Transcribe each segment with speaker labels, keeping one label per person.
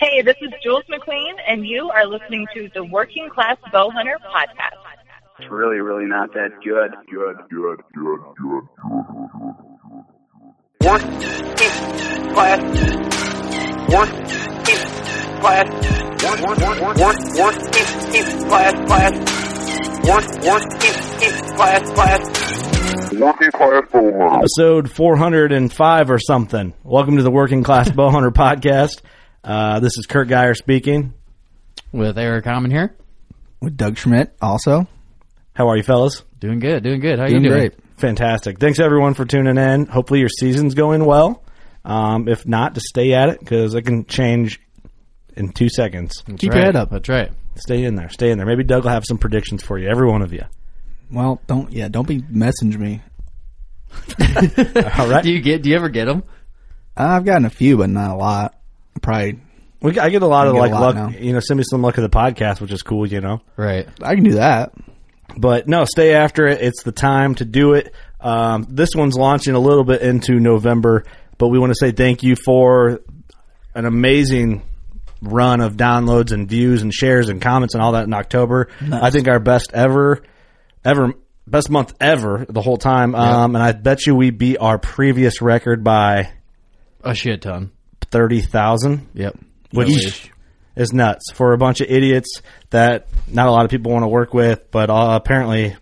Speaker 1: Hey, this is Jules McQueen, and you are listening to the Working Class Bowhunter Podcast.
Speaker 2: It's really, really not that good. Good, good, good, good. Working Class. Working Class. Work, work, work, working Class, class. Work, working Class, class.
Speaker 3: Episode 405 or something. Welcome to the Working Class Bowhunter Podcast. Uh, this is Kurt Geyer speaking.
Speaker 4: with Eric Common here.
Speaker 5: with Doug Schmidt also.
Speaker 3: How are you, fellas?
Speaker 4: Doing good, doing good. How
Speaker 5: Doing
Speaker 4: you doing?
Speaker 5: great.
Speaker 3: Fantastic. Thanks everyone for tuning in. Hopefully your season's going well. Um, if not, to stay at it because it can change in two seconds.
Speaker 4: That's
Speaker 5: Keep
Speaker 4: right.
Speaker 5: your head up.
Speaker 4: That's right.
Speaker 3: Stay in there. Stay in there. Maybe Doug will have some predictions for you. Every one of you.
Speaker 5: Well, don't yeah, don't be message me.
Speaker 3: All right.
Speaker 4: Do you get? Do you ever get them?
Speaker 5: I've gotten a few, but not a lot. Probably
Speaker 3: we, I get a lot of
Speaker 5: get a
Speaker 3: like
Speaker 5: lot
Speaker 3: luck.
Speaker 5: now.
Speaker 3: You know, send me some luck of the podcast, which is cool. You know,
Speaker 4: Right.
Speaker 5: I can do that.
Speaker 3: but no, stay after it. It's the time to do it. Um, this one's launching a little bit into November, but we want to say thank you for an amazing run of downloads and views and shares and comments and all that in October. I think our best ever, ever best month ever the whole time. Um, and I bet you we beat our previous record by
Speaker 4: A shit ton.
Speaker 3: thirty thousand
Speaker 4: Yep.
Speaker 3: which
Speaker 4: Yeesh.
Speaker 3: is nuts for a bunch of idiots that not a lot of people want to work with, but uh, apparently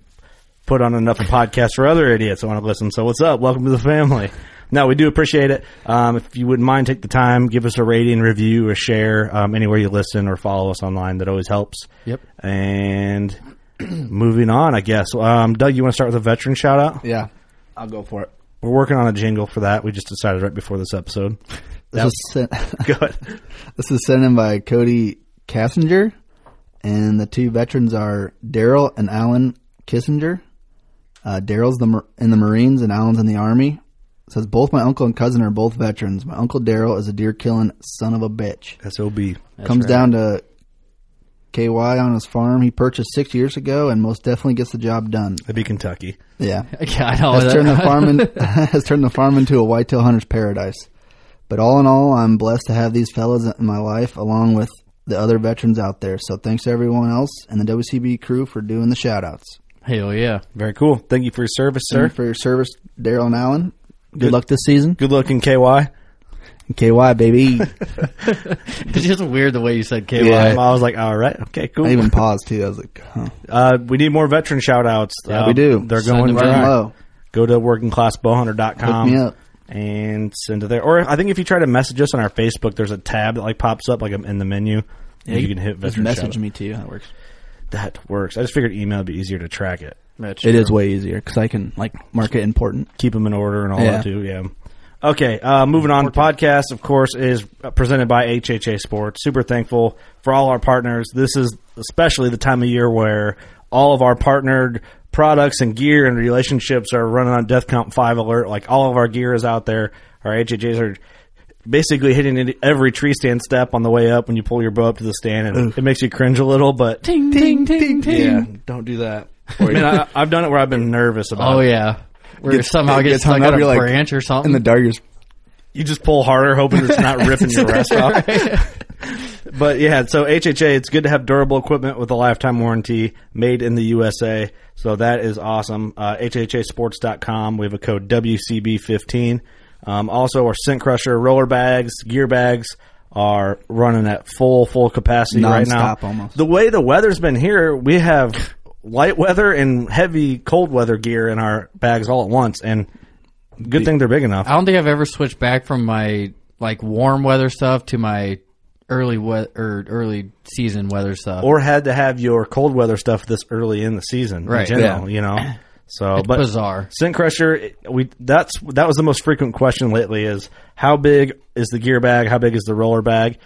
Speaker 3: put on enough of podcasts for other idiots that want to listen. So what's up? Welcome to the family. No, we do appreciate it. Um, if you wouldn't mind, take the time, give us a rating, review, or share um, anywhere you listen or follow us online. That always helps.
Speaker 4: Yep.
Speaker 3: And moving on, I guess. Um, Doug, you want to start with a veteran shout out?
Speaker 5: Yeah, I'll go for it.
Speaker 3: We're working on a jingle for that. We just decided right before this episode.
Speaker 5: This was sent,
Speaker 3: Go ahead.
Speaker 5: this is sent in by Cody Cassinger, and the two veterans are Daryl and Alan Kissinger. Uh, Daryl's the Mar- in the Marines and Alan's in the Army. It says both my uncle and cousin are both veterans. My uncle Daryl is a deer killing son of a bitch.
Speaker 3: SOB.
Speaker 5: comes down to KY on his farm he purchased six years ago and most definitely gets the job done.
Speaker 3: That'd be Kentucky.
Speaker 5: Yeah.
Speaker 4: Yeah, I know.
Speaker 5: Has
Speaker 4: that-
Speaker 5: turned the farm in, has turned the farm into a whitetail hunter's paradise.
Speaker 6: But all in all, I'm blessed to have these fellas in my life along with the other veterans out there. So thanks to everyone else and the WCB crew for doing the shout outs.
Speaker 5: Hell yeah.
Speaker 3: Very cool. Thank you for your service, sir.
Speaker 6: Thank you for your service, Daryl and Allen. Good,
Speaker 3: Good-
Speaker 6: luck this season.
Speaker 3: Good looking KY.
Speaker 6: KY, baby.
Speaker 5: It's just weird the way you said KY.
Speaker 3: Um, I was like, all right, okay, cool.
Speaker 6: I even paused too. I was like, huh.
Speaker 3: Uh, we need more veteran shout outs.
Speaker 6: Yeah, we do.
Speaker 3: They're
Speaker 5: Send
Speaker 3: going
Speaker 5: them in.
Speaker 3: dry.
Speaker 6: Low.
Speaker 3: Go to workingclassbowhunter.com.
Speaker 6: Hook me up.
Speaker 3: And send it there. Or I think if you try to message us on our Facebook, there's a tab that like pops up like in the menu. and you can hit
Speaker 6: Just
Speaker 3: veteran
Speaker 6: message
Speaker 3: shout-out.
Speaker 6: me too. That works.
Speaker 3: That works. I just figured email would be easier to track it.
Speaker 6: It is way easier because I can like mark it important.
Speaker 3: keep them in order and all
Speaker 6: Yeah.
Speaker 3: that too. Yeah. Okay, uh, moving on. The podcast, of course, is presented by HHA Sports. Super thankful for all our partners. This is especially the time of year where all of our partnered products and gear and relationships are running on Death Count 5 alert. Like all of our gear is out there. Our HHAs are basically hitting into every tree stand step on the way up when you pull your bow up to the stand. And it makes you cringe a little, but
Speaker 5: Ting, ting, ting, ting.
Speaker 3: yeah, don't do that. Man, I, I've done it where I've been nervous about
Speaker 5: Oh,
Speaker 3: it.
Speaker 5: yeah. Where
Speaker 6: Gets-
Speaker 5: somehow
Speaker 6: it
Speaker 5: gets
Speaker 6: gets
Speaker 5: stuck
Speaker 6: hung
Speaker 5: on
Speaker 6: up,
Speaker 5: a
Speaker 6: you're like,
Speaker 5: branch or something.
Speaker 6: In the dark, you're just-
Speaker 3: you just pull harder, hoping it's not ripping your rest off. But yeah, so HHA, it's good to have durable equipment with a lifetime warranty made in the USA. So that is awesome. Uh, HHAsports.com. We have a code WCB15. Um, also, our Scent Crusher roller bags, gear bags are running at full, full capacity right now.
Speaker 6: Nonstop almost.
Speaker 3: The way the weather's been here, we have light weather and heavy cold weather gear in our bags all at once. And good thing they're big enough.
Speaker 5: I don't think I've ever switched back from my like warm weather stuff to my early we- or early season weather stuff.
Speaker 3: or had to have your cold weather stuff this early in the season in
Speaker 5: Right,
Speaker 3: general, you know. So,
Speaker 5: It's
Speaker 3: but
Speaker 5: bizarre.
Speaker 3: Scent Crusher, it- we that's that was the most frequent question lately is how big is the gear bag? How big is the roller bag?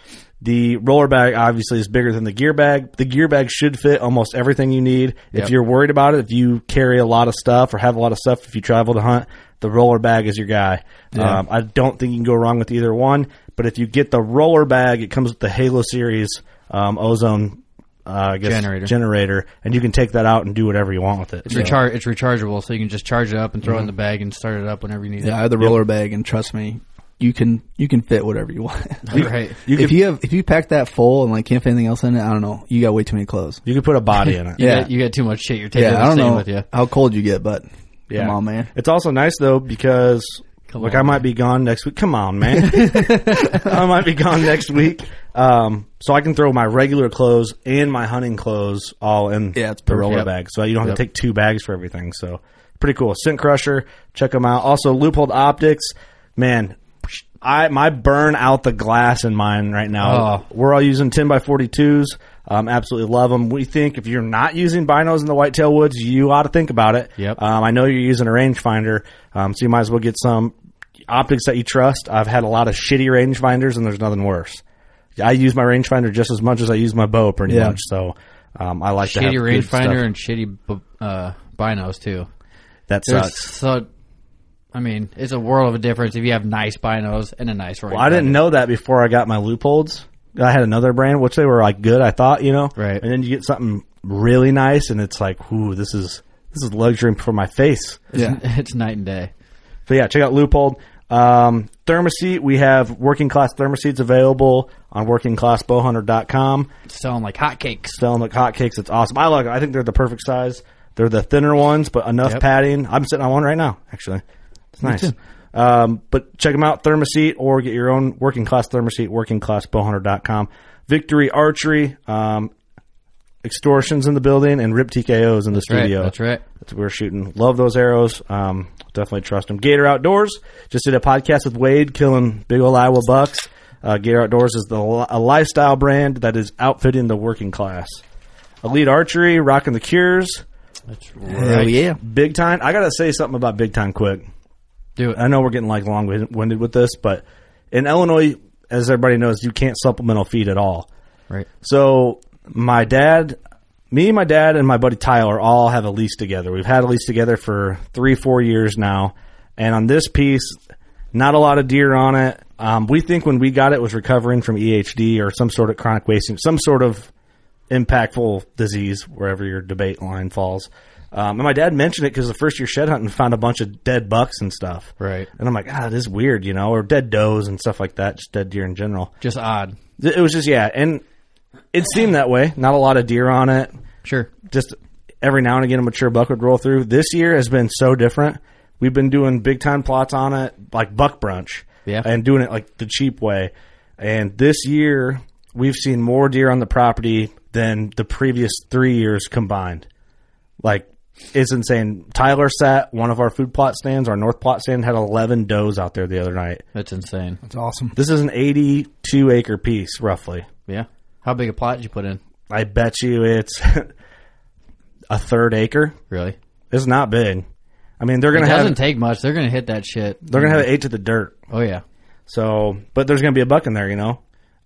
Speaker 3: The roller bag obviously is bigger than the gear bag. The gear bag should fit almost everything you need. If
Speaker 5: Yep.
Speaker 3: you're worried about it, if you carry a lot of stuff or have a lot of stuff, if you travel to hunt, the roller bag is your guy. Um, I don't think you can go wrong with either one. But if you get the roller bag, it comes with the Halo series um, ozone. Uh, I guess
Speaker 5: Generator.
Speaker 3: generator, and you can take that out and do whatever you want with it.
Speaker 5: It's,
Speaker 3: So-
Speaker 5: recharge, it's rechargeable, so you can just charge it up and throw
Speaker 3: Mm-hmm.
Speaker 5: it in the bag and start it up whenever you need
Speaker 6: yeah, I have the roller bag, and trust me, you can you can fit whatever you want.
Speaker 5: it. Right.
Speaker 3: You
Speaker 6: if
Speaker 3: can-
Speaker 6: you have if you pack that full and like can't fit anything else in it, I don't know. You got way too many clothes.
Speaker 3: You can put a body in it.
Speaker 5: You,
Speaker 6: Yeah.
Speaker 5: got, you got too much shit you're taking
Speaker 6: Yeah, I don't
Speaker 5: the same
Speaker 6: know
Speaker 5: with you.
Speaker 6: how cold you get, but come on, man.
Speaker 3: It's also nice though because
Speaker 5: Come
Speaker 3: like
Speaker 5: on,
Speaker 3: I might be gone next week. Come on, man. I might be gone next week. Um, so I can throw my regular clothes and my hunting clothes all in
Speaker 6: Yeah, it's
Speaker 3: the
Speaker 6: perfect.
Speaker 3: roller
Speaker 6: Yep.
Speaker 3: bag. So you don't have
Speaker 5: Yep.
Speaker 3: to take two bags for everything. So pretty cool. Scent Crusher, check them out. Also Loophole Optics, man. I my burn out the glass in mine right now.
Speaker 5: Oh.
Speaker 3: We're all using ten by forty twos. Um, absolutely love them. We think if you're not using binos in the whitetail woods, you ought to think about it.
Speaker 5: Yep.
Speaker 3: Um, I know you're using a rangefinder, um, so you might as well get some optics that you trust. I've had a lot of shitty rangefinders, and there's nothing worse. I use my rangefinder just as much as I use my bow, pretty
Speaker 6: Yeah.
Speaker 3: much. So um, I like to have
Speaker 5: Shitty
Speaker 3: good stuff.
Speaker 5: rangefinder and shitty bu- uh, binos too.
Speaker 3: That
Speaker 5: There's
Speaker 3: sucks.
Speaker 5: so. I mean, it's a world of a difference if you have nice binos and a nice rangefinder.
Speaker 3: Well, I didn't know that before I got my loopholes. I had another brand, which they were like good, I thought, you know.
Speaker 5: Right.
Speaker 3: And then you get something really nice, and it's like, ooh, this is this is luxury for my face.
Speaker 6: Yeah,
Speaker 5: It's night and day.
Speaker 3: So yeah, check out Loophole. Um, thermoseat, we have working class thermoseats available on workingclassbowhunter.com.
Speaker 5: Selling like hotcakes.
Speaker 3: Selling like hotcakes. It's awesome. I like it. I think they're the perfect size. They're the thinner ones, but enough
Speaker 5: Yep.
Speaker 3: padding. I'm sitting on one right now, actually. It's nice. Um, but check them out, Thermoseat, or get your own working class Thermoseat, workingclassbowhunter.com. Victory Archery, um, extortions in the building, and Rip TKOs in the
Speaker 5: Right,
Speaker 3: studio.
Speaker 5: That's right.
Speaker 3: That's what we're shooting. Love those arrows. Um, definitely trust them. Gator Outdoors just did a podcast with Wade, killing big old Iowa bucks. Uh, Gator Outdoors is the a lifestyle brand that is outfitting the working class. Elite Archery, rocking the cures,
Speaker 5: That's
Speaker 6: hell
Speaker 5: right.
Speaker 6: yeah.
Speaker 3: big time. I gotta say something about big time quick.
Speaker 5: Do it.
Speaker 3: I know we're getting like long winded with this, but in Illinois, as everybody knows, you can't supplemental feed at all.
Speaker 5: Right.
Speaker 3: So my dad, me, my dad, and my buddy Tyler all have a lease together. We've had a lease together for three, four years now, and on this piece, not a lot of deer on it. Um, we think when we got it it was recovering from EHD or some sort of chronic wasting, some sort of impactful disease wherever your debate line falls. Um, and my dad mentioned it because the first year shed hunting found a bunch of dead bucks and stuff.
Speaker 5: Right.
Speaker 3: And I'm like, ah, it is weird, you know, or dead does and stuff like that, just dead deer in general.
Speaker 5: Just odd.
Speaker 3: Th- It was just yeah, and it seemed that way. Not a lot of deer on it.
Speaker 5: Sure.
Speaker 3: Just every now and again, a mature buck would roll through. This year has been so different. We've been doing big time plots on it, like buck brunch,
Speaker 5: Yeah.
Speaker 3: and doing it like the cheap way. And this year, we've seen more deer on the property than the previous three years combined. Like it's insane. Tyler sat one of our food plot stands, our north plot stand had eleven does out there the other night.
Speaker 5: That's insane.
Speaker 6: That's awesome.
Speaker 3: This is an eighty-two acre piece, roughly.
Speaker 5: Yeah. How big a plot did you put in?
Speaker 3: I bet you it's a third acre.
Speaker 5: Really?
Speaker 3: It's not big. I mean, they're
Speaker 5: It
Speaker 3: gonna
Speaker 5: doesn't
Speaker 3: have
Speaker 5: take much. They're gonna hit that shit.
Speaker 3: they're gonna have it eight to the dirt.
Speaker 5: Oh yeah.
Speaker 3: So, but there's gonna be a buck in there, you know.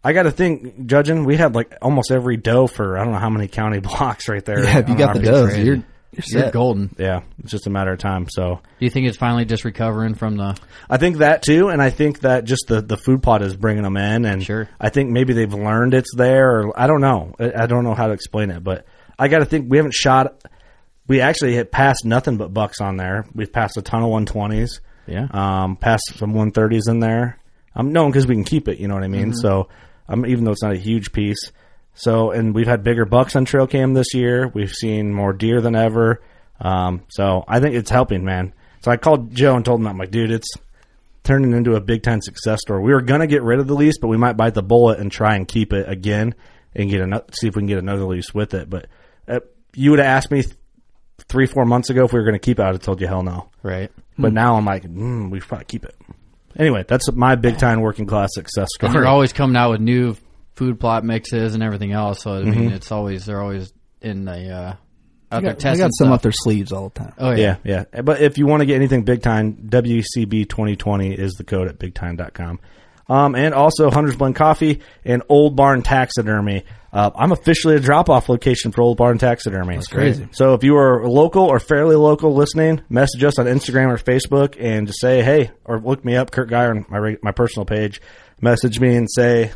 Speaker 3: I got to think, judging, we had like almost every doe for I don't know how many county blocks right there.
Speaker 6: Yeah, if you
Speaker 3: on
Speaker 6: got
Speaker 3: our
Speaker 6: the
Speaker 3: piece.
Speaker 6: does, you're you're
Speaker 5: You're
Speaker 6: set.
Speaker 5: golden.
Speaker 3: yeah, it's just a matter of time. So
Speaker 5: Do you think it's finally just recovering from the?
Speaker 3: I think that too, and I think that just the the food plot is bringing them in, and
Speaker 5: Sure.
Speaker 3: I think maybe they've learned it's there. Or I don't know. I, I don't know how to explain it, but I got to think we haven't shot. We actually hit past nothing but bucks on there. We've passed a ton of one twenties.
Speaker 5: Yeah.
Speaker 3: Um, passed some one thirties in there. I'm known because we can keep it. You know what I mean.
Speaker 5: Mm-hmm.
Speaker 3: So, um, even though it's not a huge piece, so and we've had bigger bucks on trail cam this year. We've seen more deer than ever. Um, so I think it's helping, man. So I called Joe and told him, I'm like, dude, it's turning into a big time success story. We were gonna get rid of the lease, but we might bite the bullet and try and keep it again and get another, see if we can get another lease with it. But uh, you would have asked me th- three, four months ago if we were gonna keep it. I would have told you hell no.
Speaker 5: Right. Hmm.
Speaker 3: But now I'm like, mm, we should probably keep it. Anyway, that's my big time working class success story.
Speaker 5: They're always coming out with new food plot mixes and everything else. So I mean,
Speaker 3: Mm-hmm.
Speaker 5: it's always they're always in the uh, out
Speaker 6: They
Speaker 5: there
Speaker 6: got, they
Speaker 5: testing
Speaker 6: got some
Speaker 5: stuff.
Speaker 6: up their sleeves all the time.
Speaker 5: Oh yeah.
Speaker 3: yeah, yeah. But if you want to get anything big time, WCB 2020 is the code at bigtime.com. Um, and also Hunter's Blend Coffee and Old Barn Taxidermy. Uh, I'm officially a drop off location for Old Barn Taxidermy. That's
Speaker 6: crazy.
Speaker 3: So if you are local or fairly local listening, message us on Instagram or Facebook and just say, hey, or look me up, Kurt Geyer, on my, reg- my personal page. Message me and say,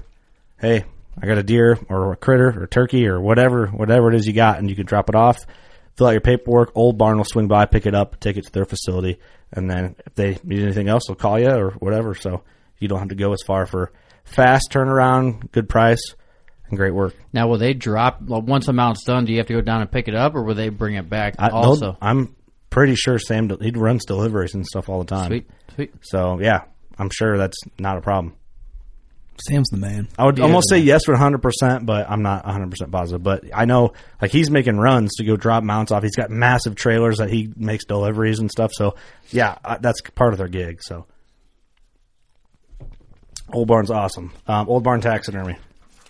Speaker 3: hey, I got a deer or a critter or turkey or whatever, whatever it is you got, and you can drop it off. Fill out your paperwork. Old Barn will swing by, pick it up, take it to their facility, and then if they need anything else, they'll call you or whatever. So you don't have to go as far for fast turnaround, good price, and great work.
Speaker 5: Now will they drop well, once the mount's done? Do you have to go down and pick it up, or will they bring it back?
Speaker 3: I,
Speaker 5: also,
Speaker 3: I'm pretty sure Sam he runs deliveries and stuff all the time.
Speaker 5: sweet, sweet.
Speaker 3: So yeah, I'm sure that's not a problem.
Speaker 6: Sam's the man.
Speaker 3: I would almost say yes for 100%, but I'm not 100% positive. But I know, like, he's making runs to go drop mounts off. He's got massive trailers that he makes deliveries and stuff. So, yeah, I, that's part of their gig. So, Old Barn's awesome. Um, Old Barn Taxidermy.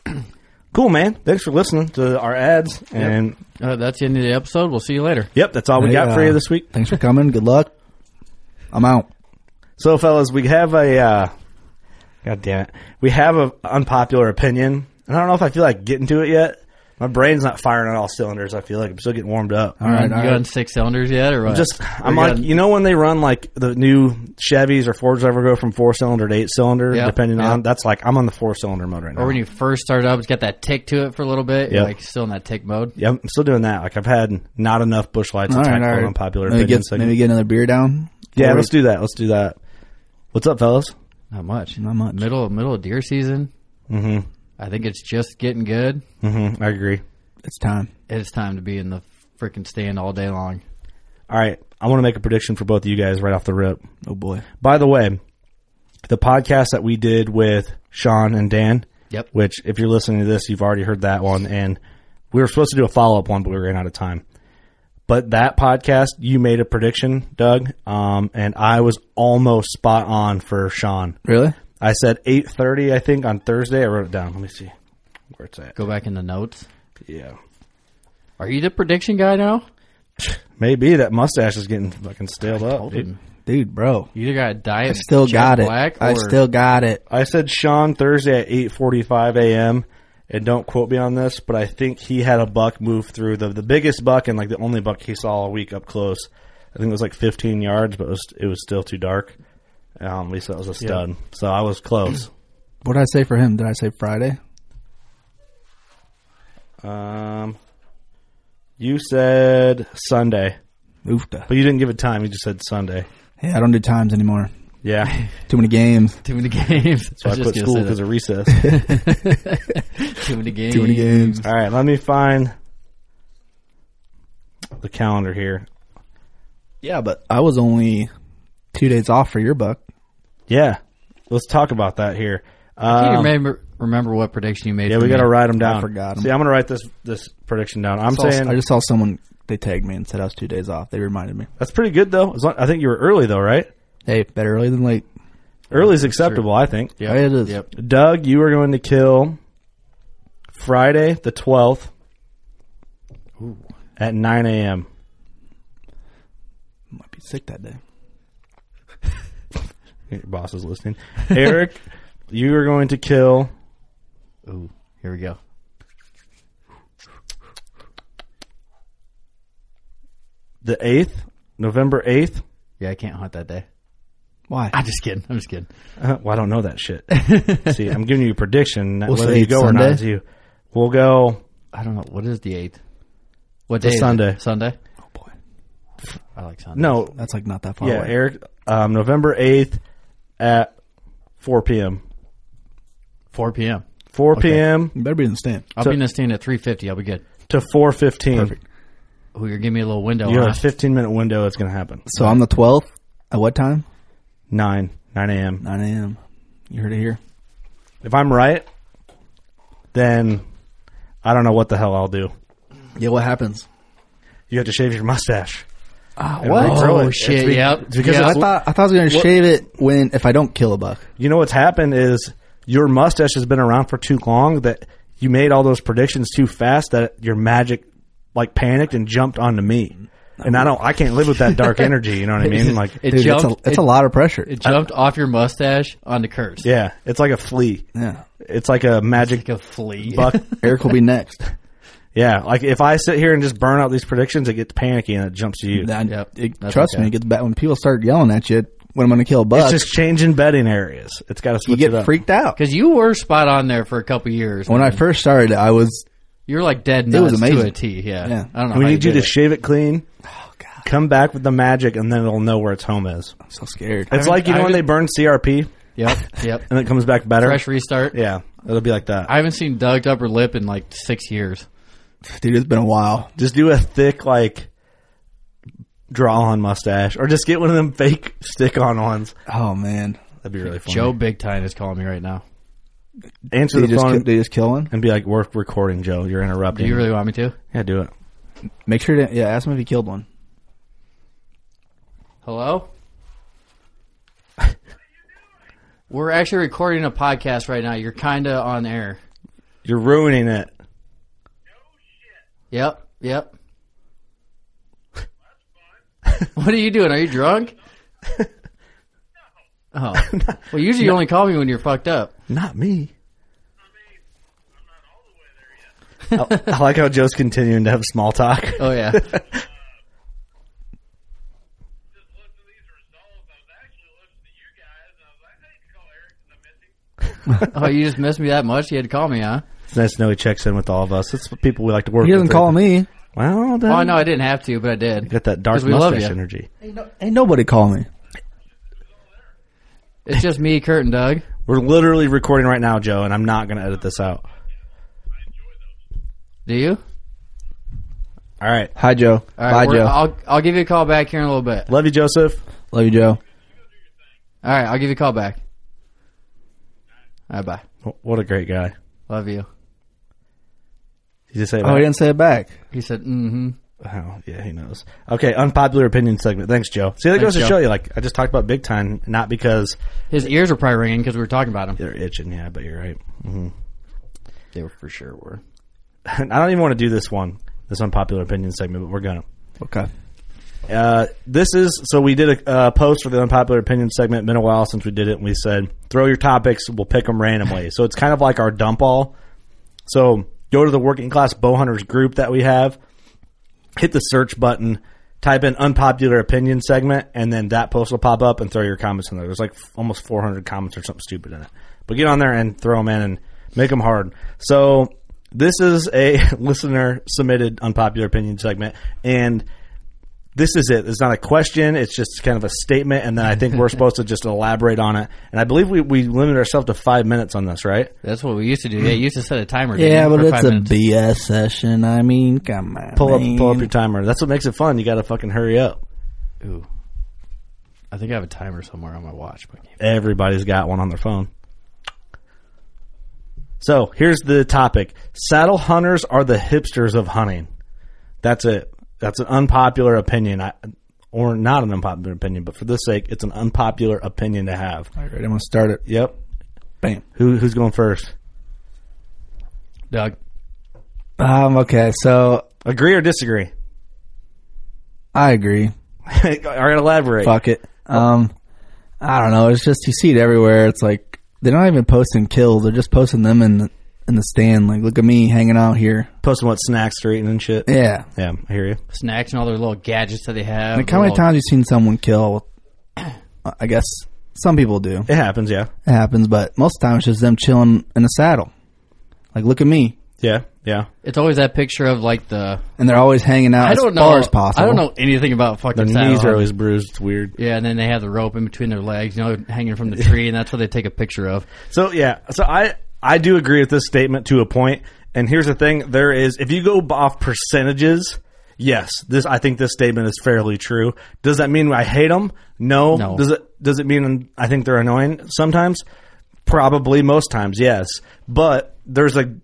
Speaker 3: cool, man. Thanks for listening to our ads. And,
Speaker 5: Uh, that's the end of the episode. We'll see you later.
Speaker 3: yep, that's all we
Speaker 6: Hey,
Speaker 3: got for
Speaker 6: uh,
Speaker 3: you this week.
Speaker 6: Thanks for coming. Good luck. I'm out.
Speaker 3: So, fellas, we have a uh, god damn it, we have an unpopular opinion, and I don't know if I feel like getting to it yet. My brain's not firing on all cylinders. I feel like I'm still getting warmed up.
Speaker 6: All right,
Speaker 5: you
Speaker 6: all
Speaker 5: got
Speaker 6: right.
Speaker 5: on six cylinders yet, or what?
Speaker 3: Just I'm
Speaker 5: We're
Speaker 3: like
Speaker 5: good.
Speaker 3: you know when they run like the new Chevys or Fords ever go from four cylinder to eight cylinder,
Speaker 5: Yeah,
Speaker 3: depending
Speaker 5: yeah.
Speaker 3: on that's like I'm on the four cylinder mode right now.
Speaker 5: or when you first start up, it's got that tick to it for a little bit. You're
Speaker 3: Yep.
Speaker 5: like still in that tick mode.
Speaker 3: yeah, I'm still doing that. Like I've had not enough bush lights
Speaker 6: All
Speaker 3: to
Speaker 6: right,
Speaker 3: tackle
Speaker 6: all
Speaker 3: an
Speaker 6: right.
Speaker 3: unpopular
Speaker 6: maybe
Speaker 3: opinion.
Speaker 6: get,
Speaker 3: so-
Speaker 6: maybe get another beer down.
Speaker 3: yeah,
Speaker 6: Or-
Speaker 3: let's do that. Let's do that. What's up, fellas?
Speaker 5: Not much.
Speaker 6: Not much.
Speaker 5: Middle middle of deer season.
Speaker 3: Mm-hmm.
Speaker 5: I think it's just getting good.
Speaker 3: Mm-hmm. I agree.
Speaker 6: It's time.
Speaker 5: It's time to be in the freaking stand all day long.
Speaker 3: All right, I want to make a prediction for both of you guys right off the rip.
Speaker 6: Oh boy.
Speaker 3: By the way, the podcast that we did with Sean and Dan,
Speaker 5: Yep.
Speaker 3: which if you're listening to this, you've already heard that one, and we were supposed to do a follow up one, but we ran out of time. But that podcast, you made a prediction, Doug, um, and I was almost spot on for Sean.
Speaker 6: Really?
Speaker 3: I said eight thirty, I think, on Thursday. I wrote it down. Let me see where it's at.
Speaker 5: Go back in the notes.
Speaker 3: Yeah,
Speaker 5: Are you the prediction guy now?
Speaker 3: maybe that mustache is getting fucking stale up. dude.
Speaker 6: Dude, bro.
Speaker 5: You either got a diet.
Speaker 6: I still
Speaker 5: Jack
Speaker 6: got it.
Speaker 5: Black
Speaker 6: I
Speaker 5: or-
Speaker 6: still got it.
Speaker 3: I said Sean Thursday at eight forty five a.m. And don't quote me on this, but I think he had a buck move through the the biggest buck and like the only buck he saw all week up close. I think it was like fifteen yards, but it was it was still too dark. Um, at least that was a stud. So I was close.
Speaker 6: What did I say for him? Did I say Friday?
Speaker 3: Um, you said Sunday.
Speaker 6: Oofta.
Speaker 3: But you didn't give it time. You just said Sunday.
Speaker 6: Hey, I don't do times anymore.
Speaker 3: Yeah.
Speaker 6: Too many games.
Speaker 5: Too many games.
Speaker 3: So I,
Speaker 5: was
Speaker 3: quit
Speaker 5: just
Speaker 3: school
Speaker 5: gonna
Speaker 3: because
Speaker 5: say
Speaker 3: of recess.
Speaker 5: that. too many games.
Speaker 6: Too many games.
Speaker 3: All right, let me find the calendar here.
Speaker 6: Yeah, but I was only two days off for your buck.
Speaker 3: Yeah, let's talk about that here.
Speaker 5: I
Speaker 3: Um,
Speaker 5: can't remember remember what prediction you made.
Speaker 3: yeah,
Speaker 5: for
Speaker 3: we
Speaker 5: me.
Speaker 3: got to write them down.
Speaker 6: forgot 'em.
Speaker 3: See, I'm going to write this this prediction down. I'm
Speaker 6: Saw-
Speaker 3: saying
Speaker 6: I just saw someone. They tagged me and said I was two days off. They reminded me.
Speaker 3: that's pretty good though. As long- I think you were early though, right?
Speaker 6: Hey, better early than late. Oh,
Speaker 3: Early is acceptable, I think.
Speaker 5: Yep.
Speaker 6: It is.
Speaker 5: Yep.
Speaker 3: Doug, you are going to kill Friday the 12th at 9 a.m.
Speaker 6: Might be sick that day.
Speaker 3: Your boss is listening. Eric, you are going to kill
Speaker 5: Ooh, here we go.
Speaker 3: the 8th, November 8th.
Speaker 5: Yeah, I can't hunt that day.
Speaker 6: Why?
Speaker 5: I'm just kidding. I'm just kidding.
Speaker 3: Uh, well, I don't know that shit. See, I'm giving you a prediction.
Speaker 6: We'll
Speaker 3: whether
Speaker 6: say
Speaker 3: you go or
Speaker 6: Sunday?
Speaker 3: not, it's you. We'll go.
Speaker 5: I don't know what is the eighth. What day?
Speaker 3: It's
Speaker 5: is it?
Speaker 3: Sunday.
Speaker 5: Sunday.
Speaker 6: Oh boy,
Speaker 5: I like Sunday.
Speaker 3: No,
Speaker 6: that's like not that far
Speaker 3: yeah,
Speaker 6: away.
Speaker 3: Eric, um, November 8th at 4 p.m.
Speaker 5: four p.m.
Speaker 3: 4 p.m.
Speaker 6: You better be in the stand.
Speaker 5: I'll
Speaker 3: So-
Speaker 5: be in the stand at three fifty. I'll be good.
Speaker 3: to 4.15.
Speaker 6: Perfect.
Speaker 5: Oh, you're giving me a little window.
Speaker 3: You
Speaker 5: huh?
Speaker 3: have a 15 minute window that's going to happen.
Speaker 6: So I'm the 12th. At what time?
Speaker 3: 9, 9 a.m.
Speaker 6: 9 a.m. You heard it here.
Speaker 3: If I'm right, then I don't know what the hell I'll do.
Speaker 6: Yeah, what happens?
Speaker 3: You have to shave your mustache.
Speaker 5: What?
Speaker 3: Grow
Speaker 5: Oh
Speaker 3: it. It's
Speaker 5: shit!
Speaker 3: be-
Speaker 5: yep.
Speaker 3: it's because
Speaker 5: yep.
Speaker 6: I thought I thought I was gonna shave it when if I don't kill a buck.
Speaker 3: You know what's happened is your mustache has been around for too long that you made all those predictions too fast that your magic like panicked and jumped onto me. And I don't I can't live with that dark energy, you know what I mean? Like
Speaker 5: it
Speaker 6: Dude,
Speaker 5: jumped.
Speaker 6: that's a, that's
Speaker 5: it,
Speaker 6: a lot of pressure.
Speaker 5: It jumped off your mustache onto curse.
Speaker 3: yeah, it's like a flea.
Speaker 6: yeah,
Speaker 3: It's like a magic
Speaker 5: Like a flea.
Speaker 3: buck.
Speaker 6: Eric will be next.
Speaker 3: yeah, like if I sit here and just burn out these predictions, it gets panicky and it jumps to you.
Speaker 6: That-
Speaker 5: Yep.
Speaker 6: it-
Speaker 5: That's
Speaker 6: trust
Speaker 5: okay.
Speaker 6: me, it gets bad when people start yelling at you when I'm gonna kill a
Speaker 3: It's
Speaker 6: buck.
Speaker 3: just changing bedding areas. It's got to
Speaker 6: you
Speaker 3: switch it
Speaker 6: get
Speaker 3: up.
Speaker 6: freaked out.
Speaker 5: Because you were spot on there for a couple years.
Speaker 6: When I first started, I was
Speaker 5: you were like dead
Speaker 6: It was
Speaker 5: nuts to
Speaker 6: amazing.
Speaker 5: a T. Yeah.
Speaker 6: Yeah.
Speaker 5: I don't know.
Speaker 3: We
Speaker 5: how
Speaker 3: need
Speaker 5: you,
Speaker 3: you
Speaker 5: did
Speaker 3: to
Speaker 5: it. Oh,
Speaker 3: shave it clean. Come back with the magic, and then it'll know where its home is.
Speaker 6: so scared.
Speaker 3: It's
Speaker 5: haven't-
Speaker 3: like you
Speaker 5: I
Speaker 3: know when they
Speaker 5: haven't-
Speaker 3: burn CRP
Speaker 5: Yep. Yep.
Speaker 3: and it comes back better.
Speaker 5: Fresh restart.
Speaker 3: Yeah, it'll be like that.
Speaker 5: I haven't seen Doug's upper lip in like six years.
Speaker 6: Dude, it's been a while.
Speaker 3: just do a thick like draw on mustache, or just get one of them fake stick on ones.
Speaker 6: Oh man,
Speaker 3: That'd be really funny.
Speaker 5: Joe Big Time is calling me right now.
Speaker 3: Answer
Speaker 6: did
Speaker 3: the
Speaker 6: you just
Speaker 3: phone
Speaker 6: kill, did you just kill one?
Speaker 3: and be like, "We're recording, Joe. You're interrupting."
Speaker 5: Do you really want me to?
Speaker 3: yeah, do it.
Speaker 6: Make sure to yeah. Ask him if he killed one.
Speaker 5: Hello? We're actually recording a podcast right now. You're kind of on air.
Speaker 3: You're ruining it.
Speaker 5: Yep. Yep. what are you doing? Are you drunk? oh. Well, usually you only call me when you're fucked up.
Speaker 3: Not me. I, I like how Joe's continuing to have small talk.
Speaker 5: Oh, yeah. oh, you just missed me that much? You had to call me, huh?
Speaker 3: It's nice to know he checks in with all of us. It's the people we like to work
Speaker 6: He
Speaker 3: with.
Speaker 6: doesn't call me.
Speaker 3: Well, then
Speaker 5: Oh, no, I didn't have to, but I did.
Speaker 3: you got that dark
Speaker 5: 'Cause we love
Speaker 3: mustache
Speaker 5: you.
Speaker 3: energy.
Speaker 6: Ain't nobody call me.
Speaker 5: It's just me, Kurt, and Doug.
Speaker 3: We're literally recording right now, Joe, and I'm not going to edit this out.
Speaker 5: Do you?
Speaker 3: All right.
Speaker 6: Hi Joe.
Speaker 5: All
Speaker 6: Bye
Speaker 5: right, we're-
Speaker 6: Joe.
Speaker 5: I'll, I'll give you a call back here in a little bit.
Speaker 3: Love you, Joseph.
Speaker 6: Love you Joe.
Speaker 5: All right, I'll give you a call back. All right, bye.
Speaker 3: Wh- What a great guy.
Speaker 5: Love you.
Speaker 3: Did you say that?
Speaker 6: Oh, he didn't say it back.
Speaker 5: He said, mm-hmm.
Speaker 3: Oh, yeah, he knows. Okay, unpopular opinion segment. Thanks, Joe. See, that
Speaker 5: Thanks,
Speaker 3: goes to
Speaker 5: Joe.
Speaker 3: show you, like, I just talked about big time, not because
Speaker 5: His ears were probably ringing because we were talking about him.
Speaker 3: they're itching. Yeah, but you're right.
Speaker 5: They were for sure were.
Speaker 3: I don't even want to do this one, this unpopular opinion segment, but we're going to.
Speaker 6: Okay.
Speaker 3: Uh, this is so we did a uh, post for the unpopular opinion segment. Been a while since we did it, and we said throw your topics. We'll pick them randomly. so it's kind of like our dump all. So go to the working class bow hunters group that we have. Hit the search button, type in unpopular opinion segment, and then that post will pop up and throw your comments in there. There's like f- almost 400 comments or something stupid in it. But get on there and throw them in and make them hard. So this is a listener submitted unpopular opinion segment, and this is it. It's not a question. It's just kind of a statement, and then I think we're supposed to just elaborate on it. And I believe we, we limit ourselves to five minutes on this, right?
Speaker 5: That's what we used to do. Yeah, you used to set a timer. didn't
Speaker 6: Yeah,
Speaker 5: you,
Speaker 6: but
Speaker 5: for
Speaker 6: it's
Speaker 5: five
Speaker 6: a
Speaker 5: minutes?
Speaker 6: BS session. I mean, come on.
Speaker 3: Pull up,
Speaker 6: man.
Speaker 3: pull up your timer. That's what makes it fun. You got to fucking hurry up.
Speaker 5: Ooh. I think I have a timer somewhere on my watch. But
Speaker 3: Everybody's got one on their phone. So here's the topic: saddle hunters are the hipsters of hunting. That's it. That's an unpopular opinion, I, or not an unpopular opinion, but for this sake, it's an unpopular opinion to have.
Speaker 6: All right, I'm gonna start it.
Speaker 3: Yep.
Speaker 6: Bam.
Speaker 3: Who who's going first?
Speaker 5: Doug,
Speaker 6: Um. Okay. So
Speaker 3: Agree or disagree?
Speaker 6: I agree.
Speaker 3: All right, elaborate.
Speaker 6: Fuck it. Um. I don't know. It's just you see it everywhere. It's like they're not even posting kills. They're just posting them in the, in the stand. Like, look at me hanging out here.
Speaker 3: Posting what snacks they're eating and shit.
Speaker 6: Yeah.
Speaker 3: Yeah, I hear you.
Speaker 5: snacks and all their little gadgets that they have.
Speaker 6: Like, how many
Speaker 5: little-
Speaker 6: times you seen someone kill? I guess some people do.
Speaker 3: It happens, yeah.
Speaker 6: It happens, but most of the time it's just them chilling in the saddle. Like, look at me,
Speaker 3: Yeah, yeah.
Speaker 5: It's always that picture of like the.
Speaker 6: and they're always hanging out
Speaker 5: I
Speaker 6: as
Speaker 5: don't know.
Speaker 6: far as possible.
Speaker 5: I don't know anything about
Speaker 3: Their
Speaker 5: fucking saddle
Speaker 3: knees are
Speaker 5: hunting.
Speaker 3: always bruised. It's weird.
Speaker 5: Yeah, and then they have the rope in between their legs, you know, hanging from the tree, and that's what they take a picture of.
Speaker 3: So yeah, so I I do agree with this statement to a point. And here's the thing: there is if you go off percentages, yes, this I think this statement is fairly true. Does that mean I hate them? No.
Speaker 5: No.
Speaker 3: Does it does it mean I think they're annoying sometimes? Probably most times, yes. But there's a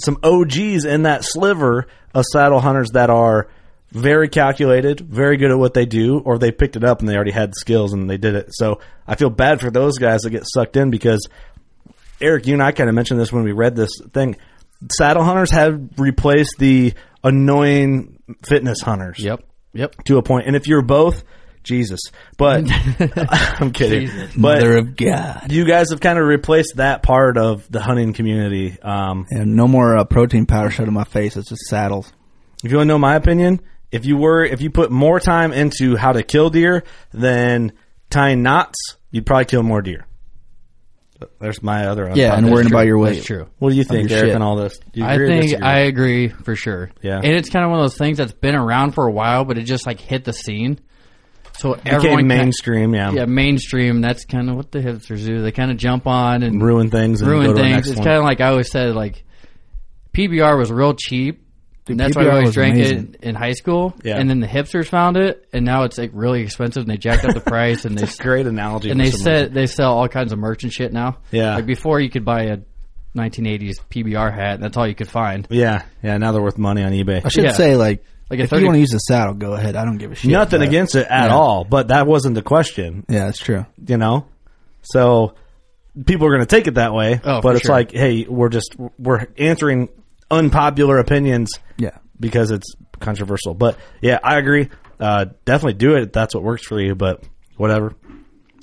Speaker 3: some OGs in that sliver of saddle hunters that are very calculated, very good at what they do, or they picked it up and they already had skills and they did it. So I feel bad for those guys that get sucked in because Eric, you and I kind of mentioned this when we read this thing. Saddle hunters have replaced the annoying fitness hunters.
Speaker 5: Yep. Yep.
Speaker 3: To a point. And if you're both, Jesus. But I'm kidding.
Speaker 5: Jesus.
Speaker 3: But
Speaker 6: Mother of God.
Speaker 3: you guys have kind of replaced that part of the hunting community. Um,
Speaker 6: And no more uh, protein powder shoved in my face. It's just saddles.
Speaker 3: if you want to know my opinion, if you were if you put more time into how to kill deer than tying knots, you'd probably kill more deer. There's my other
Speaker 6: Yeah, and
Speaker 5: That's
Speaker 6: worrying
Speaker 5: true.
Speaker 6: about your weight.
Speaker 5: That's true.
Speaker 3: What do you think,
Speaker 6: your
Speaker 3: Eric,
Speaker 6: shit.
Speaker 3: and all this? Do you
Speaker 5: I
Speaker 3: agree or
Speaker 5: think
Speaker 3: disagree?
Speaker 5: I agree for sure.
Speaker 3: Yeah.
Speaker 5: And it's kind of one of those things that's been around for a while, but it just like hit the scene. So everyone
Speaker 3: became
Speaker 5: ki-
Speaker 3: mainstream. yeah.
Speaker 5: yeah, mainstream. That's kind of what the hipsters do. They kind of jump on and
Speaker 3: ruin things and
Speaker 5: ruin
Speaker 3: go to the
Speaker 5: things.
Speaker 3: next
Speaker 5: It's
Speaker 3: one.
Speaker 5: kind of like I always said, like PBR was real cheap, and that's why
Speaker 6: PBR
Speaker 5: I always
Speaker 6: was
Speaker 5: drank
Speaker 6: amazing.
Speaker 5: it in high school.
Speaker 3: Yeah.
Speaker 5: And then the hipsters found it, and now it's like really expensive, and they jacked up the price, and they
Speaker 3: That's a great analogy.
Speaker 5: and
Speaker 3: for
Speaker 5: they
Speaker 3: some
Speaker 5: said
Speaker 3: reason.
Speaker 5: they sell all kinds of merch and shit now.
Speaker 3: Yeah.
Speaker 5: like before you could buy a 1980s PBR hat, and that's all you could find.
Speaker 3: yeah, yeah. Now they're worth money on
Speaker 6: I
Speaker 3: eBay.
Speaker 6: should
Speaker 5: Yeah.
Speaker 6: say, like,
Speaker 5: Like a
Speaker 6: if
Speaker 5: 30
Speaker 6: you want to use the saddle, go ahead. I don't give a shit.
Speaker 3: Nothing
Speaker 6: But-
Speaker 3: against it at
Speaker 6: yeah.
Speaker 3: all, but that wasn't the question,
Speaker 6: Yeah, that's true.
Speaker 3: you know. So people are going to take it that way,
Speaker 5: Oh,
Speaker 3: but
Speaker 5: for
Speaker 3: it's
Speaker 5: sure.
Speaker 3: like, hey, we're just we're answering unpopular opinions
Speaker 6: Yeah.
Speaker 3: because it's controversial. But yeah, I agree. Uh, definitely do it. if That's what works for you. But whatever.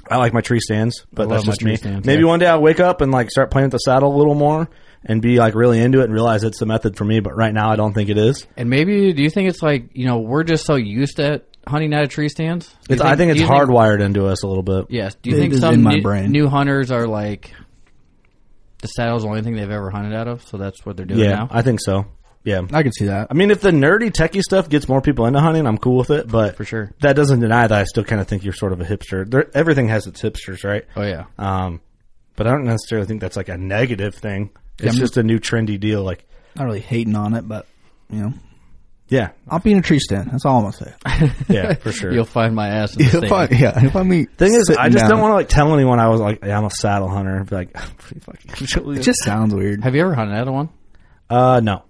Speaker 3: I like my tree stands, but
Speaker 5: I
Speaker 3: that's
Speaker 5: love my
Speaker 3: just
Speaker 5: tree
Speaker 3: me.
Speaker 5: stands,
Speaker 3: Maybe
Speaker 5: yeah.
Speaker 3: one day I'll wake up and like start playing with the saddle a little more and be like really into it and realize it's the method for me. But right now, I don't think it is.
Speaker 5: And maybe do you think it's like you know we're just so used to hunting out of tree stands? Do you
Speaker 3: It's, I think
Speaker 5: do
Speaker 3: it's
Speaker 5: you
Speaker 3: hardwired into us a little bit.
Speaker 5: Yes. Do you
Speaker 6: It
Speaker 5: think
Speaker 6: is
Speaker 5: some
Speaker 6: in my
Speaker 5: new,
Speaker 6: brain.
Speaker 5: new hunters are like the saddle's the only thing they've ever hunted out of, so that's what they're doing
Speaker 3: yeah,
Speaker 5: now?
Speaker 3: I think so. Yeah.
Speaker 6: I could see that.
Speaker 3: I mean, if the nerdy techie stuff gets more people into hunting, I'm cool with it. But
Speaker 5: For sure.
Speaker 3: that doesn't deny that I still kind of think you're sort of a hipster. There, everything has its hipsters, right?
Speaker 5: oh yeah.
Speaker 3: Um, but I don't necessarily think that's like a negative thing. It's just a new trendy deal. Like,
Speaker 6: Not really hating on it, but, you know,
Speaker 3: yeah,
Speaker 6: I'll be in a tree stand. That's all I'm going to say.
Speaker 3: yeah, for sure.
Speaker 5: You'll find my ass in the stand.
Speaker 6: yeah. If I'm me
Speaker 3: Thing is, I
Speaker 6: sitting
Speaker 3: just
Speaker 6: down.
Speaker 3: don't want to like tell anyone I was like yeah, I'm a saddle hunter. Be like, fucking
Speaker 6: It just sounds weird.
Speaker 5: Have you ever hunted out of one?
Speaker 3: Uh, no.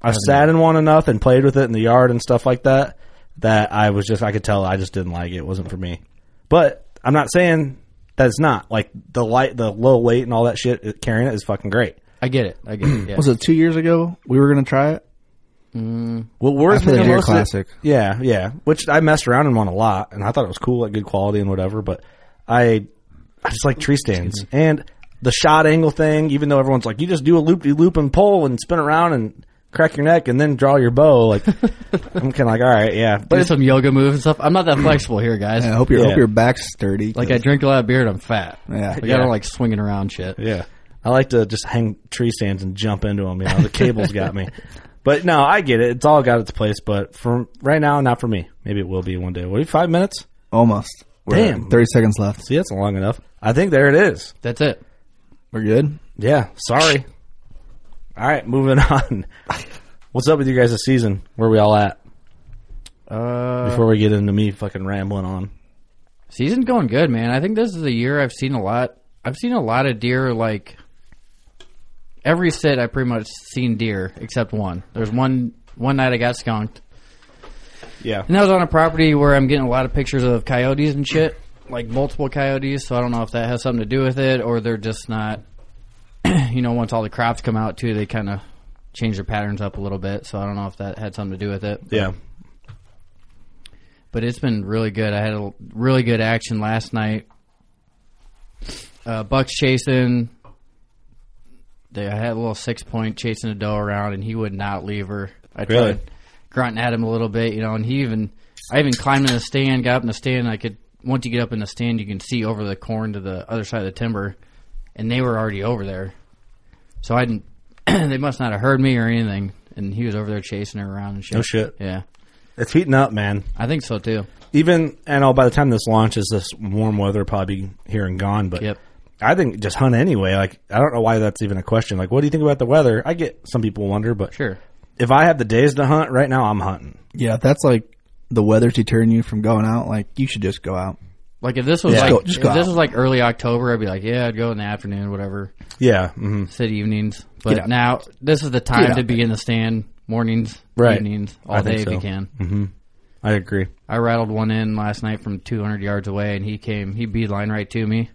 Speaker 3: I sat in one enough and played with it in the yard and stuff like that that I was just I could tell I just didn't like it. It wasn't for me. But I'm not saying that it's not like the light, the low weight, and all that shit it- carrying it is fucking great.
Speaker 5: I get it. I get it. Yeah.
Speaker 6: Was it two years ago we were going to try it?
Speaker 3: Well, worth
Speaker 6: After the
Speaker 3: making
Speaker 6: Deer
Speaker 3: most of it-
Speaker 6: Classic.
Speaker 3: yeah, yeah. Which I messed around and won a lot, and I thought it was cool, like good quality and whatever. But I, I just like tree stands and the shot angle thing. Even though everyone's like, you just do a loop de loop and pull and spin around and crack your neck and then draw your bow. Like I'm kind of like, all right, yeah. But
Speaker 5: Do
Speaker 3: it's,
Speaker 5: some yoga moves and stuff. I'm not that flexible here, guys.
Speaker 6: I hope, your
Speaker 3: Yeah.
Speaker 6: hope your back's sturdy.
Speaker 5: Like I drink a lot of beer and I'm fat.
Speaker 6: Yeah.
Speaker 5: Like,
Speaker 3: Yeah.
Speaker 5: I don't like swinging around shit.
Speaker 3: yeah, I like to just hang tree stands and jump into them. You know, the cables got me. But no, I get it. It's all got its place. But for right now, not for me. Maybe it will be one day. What, five minutes?
Speaker 6: Almost. We're at
Speaker 3: Damn.
Speaker 6: 30 seconds left.
Speaker 3: See, that's long enough. I think there it is.
Speaker 5: That's it.
Speaker 6: We're good.
Speaker 3: Yeah. Sorry. All right, moving on. What's up with you guys this season? Where we all at?
Speaker 5: Uh,
Speaker 3: Before we get into me fucking rambling on.
Speaker 5: Season's going good, man. I think this is a year I've seen a lot. I've seen a lot of deer. Like every sit, I pretty much seen deer except one. There's one one night I got skunked,
Speaker 3: Yeah.
Speaker 5: and that was on a property where I'm getting a lot of pictures of coyotes and shit, like multiple coyotes. So I don't know if that has something to do with it, or they're just not. you know, once all the crops come out too, they kind of change their patterns up a little bit. So I don't know if that had something to do with it.
Speaker 3: Yeah.
Speaker 5: but it's been really good. I had a really good action last night. Uh, Bucks chasing. They, I had a little six point chasing a doe around, and he would not leave her. I tried
Speaker 3: Really?
Speaker 5: grunting at him a little bit, you know, and he even I even climbed in the stand, got up in the stand. and I could once you get up in the stand, you can see over the corn to the other side of the timber, and they were already over there. So I didn't. they must not have heard me or anything, and he was over there chasing her around and shit.
Speaker 3: No shit.
Speaker 5: Yeah,
Speaker 3: It's heating up, man.
Speaker 5: I think so too.
Speaker 3: Even and all by the time this launches, this warm weather will probably be here and gone. But
Speaker 5: Yep.
Speaker 3: I think just hunt anyway. Like I don't know why that's even a question. Like, what do you think about the weather? I get some people wonder, but
Speaker 5: Sure.
Speaker 3: if I have the days to hunt right now, I'm hunting.
Speaker 6: Yeah, if that's like the weather deterring you from going out, like you should just go out.
Speaker 5: Like if this was
Speaker 3: Yeah.
Speaker 5: like
Speaker 6: Just go- just go
Speaker 5: if this
Speaker 6: out.
Speaker 5: was like early October, I'd be like, yeah, I'd go in the afternoon, whatever,
Speaker 3: Yeah, hmm
Speaker 5: sit evenings.
Speaker 6: Get
Speaker 5: But
Speaker 6: out.
Speaker 5: now this is the
Speaker 6: Get
Speaker 5: time
Speaker 6: out
Speaker 5: to be in the stand, mornings,
Speaker 3: Right.
Speaker 5: evenings, all
Speaker 3: I
Speaker 5: day
Speaker 3: think
Speaker 5: if
Speaker 3: so.
Speaker 5: you can.
Speaker 3: I agree.
Speaker 5: I rattled one in last night from 200 yards away, and he came, he beeline right to me,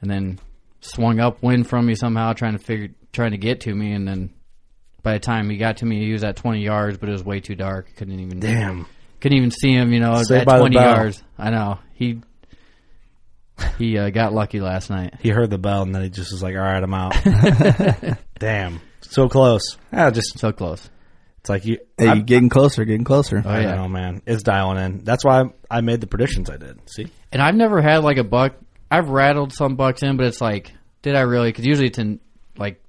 Speaker 5: and then swung upwind from me somehow, trying to figure, trying to get to me, and then by the time he got to me, he was at 20 yards, but it was way too dark, couldn't even
Speaker 3: Damn.
Speaker 5: couldn't even see him. You know,
Speaker 3: Saved
Speaker 5: at
Speaker 3: by the
Speaker 5: 20
Speaker 3: bell.
Speaker 5: yards. I know he he uh, got lucky last night.
Speaker 3: He heard the bell and then he just was like, "All right, I'm out." Damn, so close. Ah, just
Speaker 5: So close.
Speaker 3: it's like you.
Speaker 6: Hey,
Speaker 3: I,
Speaker 6: you're getting closer, getting closer.
Speaker 5: Oh
Speaker 3: I
Speaker 5: yeah.
Speaker 3: know, man. It's dialing in. That's why I made the predictions I did. See,
Speaker 5: And I've never had like a buck. I've rattled some bucks in, but it's like, did I really? Because usually it's in like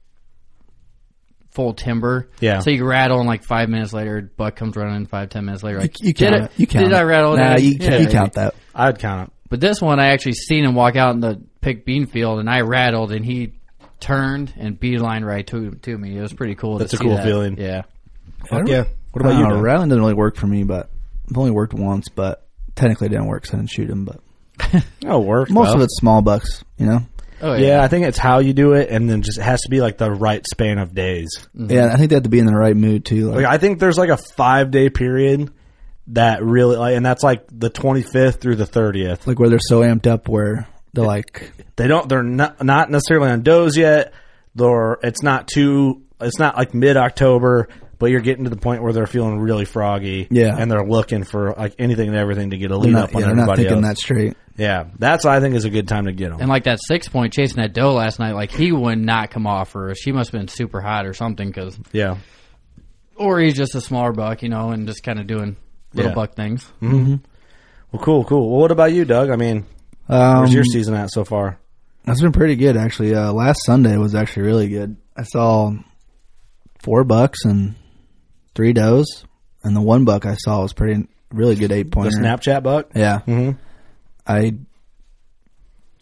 Speaker 5: full timber.
Speaker 3: Yeah.
Speaker 5: So you rattle and like five minutes later, buck comes running. in Five ten minutes later, like,
Speaker 6: You
Speaker 5: did
Speaker 6: count
Speaker 5: I-
Speaker 6: it. You count
Speaker 5: Did
Speaker 6: it.
Speaker 5: I rattle?
Speaker 6: Nah,
Speaker 5: that?
Speaker 6: you, ca-
Speaker 5: Yeah.
Speaker 6: you count that.
Speaker 3: I'd count it.
Speaker 5: But this one, I actually seen him walk out in the pick bean field, and I rattled, and he turned and beeline right to to me. It was pretty cool.
Speaker 3: That's
Speaker 5: to
Speaker 3: a
Speaker 5: see
Speaker 3: cool
Speaker 5: that.
Speaker 3: feeling.
Speaker 5: Yeah.
Speaker 6: I don't-
Speaker 3: yeah. What about
Speaker 6: I
Speaker 3: you,
Speaker 6: don't know,
Speaker 3: Dan?
Speaker 6: Rattling didn't really work for me, but I've only worked once, but technically it didn't work, so I didn't shoot him. But
Speaker 3: No Oh, work.
Speaker 6: most
Speaker 3: though.
Speaker 6: of it's small bucks, you know.
Speaker 5: Oh
Speaker 3: Yeah, I think it's how you do it, and then just it has to be like the right span of days.
Speaker 6: Yeah, I think they have to be in the right mood too. Like,
Speaker 3: Like I think there's like a five day period that really, like, and that's like the 25th through the 30th.
Speaker 6: like where they're so amped up where they're like,
Speaker 3: They don't, they're not not necessarily on does yet. They're it's not too, it's not like mid October, but you're getting to the point where they're feeling really froggy.
Speaker 6: Yeah.
Speaker 3: and they're looking for like anything and everything to get a
Speaker 6: they're
Speaker 3: lead
Speaker 6: not,
Speaker 3: up on
Speaker 6: yeah, they're not
Speaker 3: everybody
Speaker 6: thinking that
Speaker 3: else.
Speaker 6: straight.
Speaker 3: Yeah, that's what I think is a good time to get them.
Speaker 5: And like that six point chasing that doe last night, like he would not come off her. She must have been super hot or something, cause,
Speaker 3: yeah,
Speaker 5: or he's just a smaller buck, you know, and just kind of doing little
Speaker 3: Yeah.
Speaker 5: buck things.
Speaker 3: well, cool, cool. Well, what about you, Doug? I mean,
Speaker 6: Um,
Speaker 3: where's your season at so far?
Speaker 6: That's been pretty good actually. Uh, last Sunday was actually really good. I saw four bucks and three does, and the one buck I saw was pretty really good eight
Speaker 3: The
Speaker 6: pointer.
Speaker 3: Snapchat buck.
Speaker 6: Yeah.
Speaker 3: Mhm.
Speaker 6: I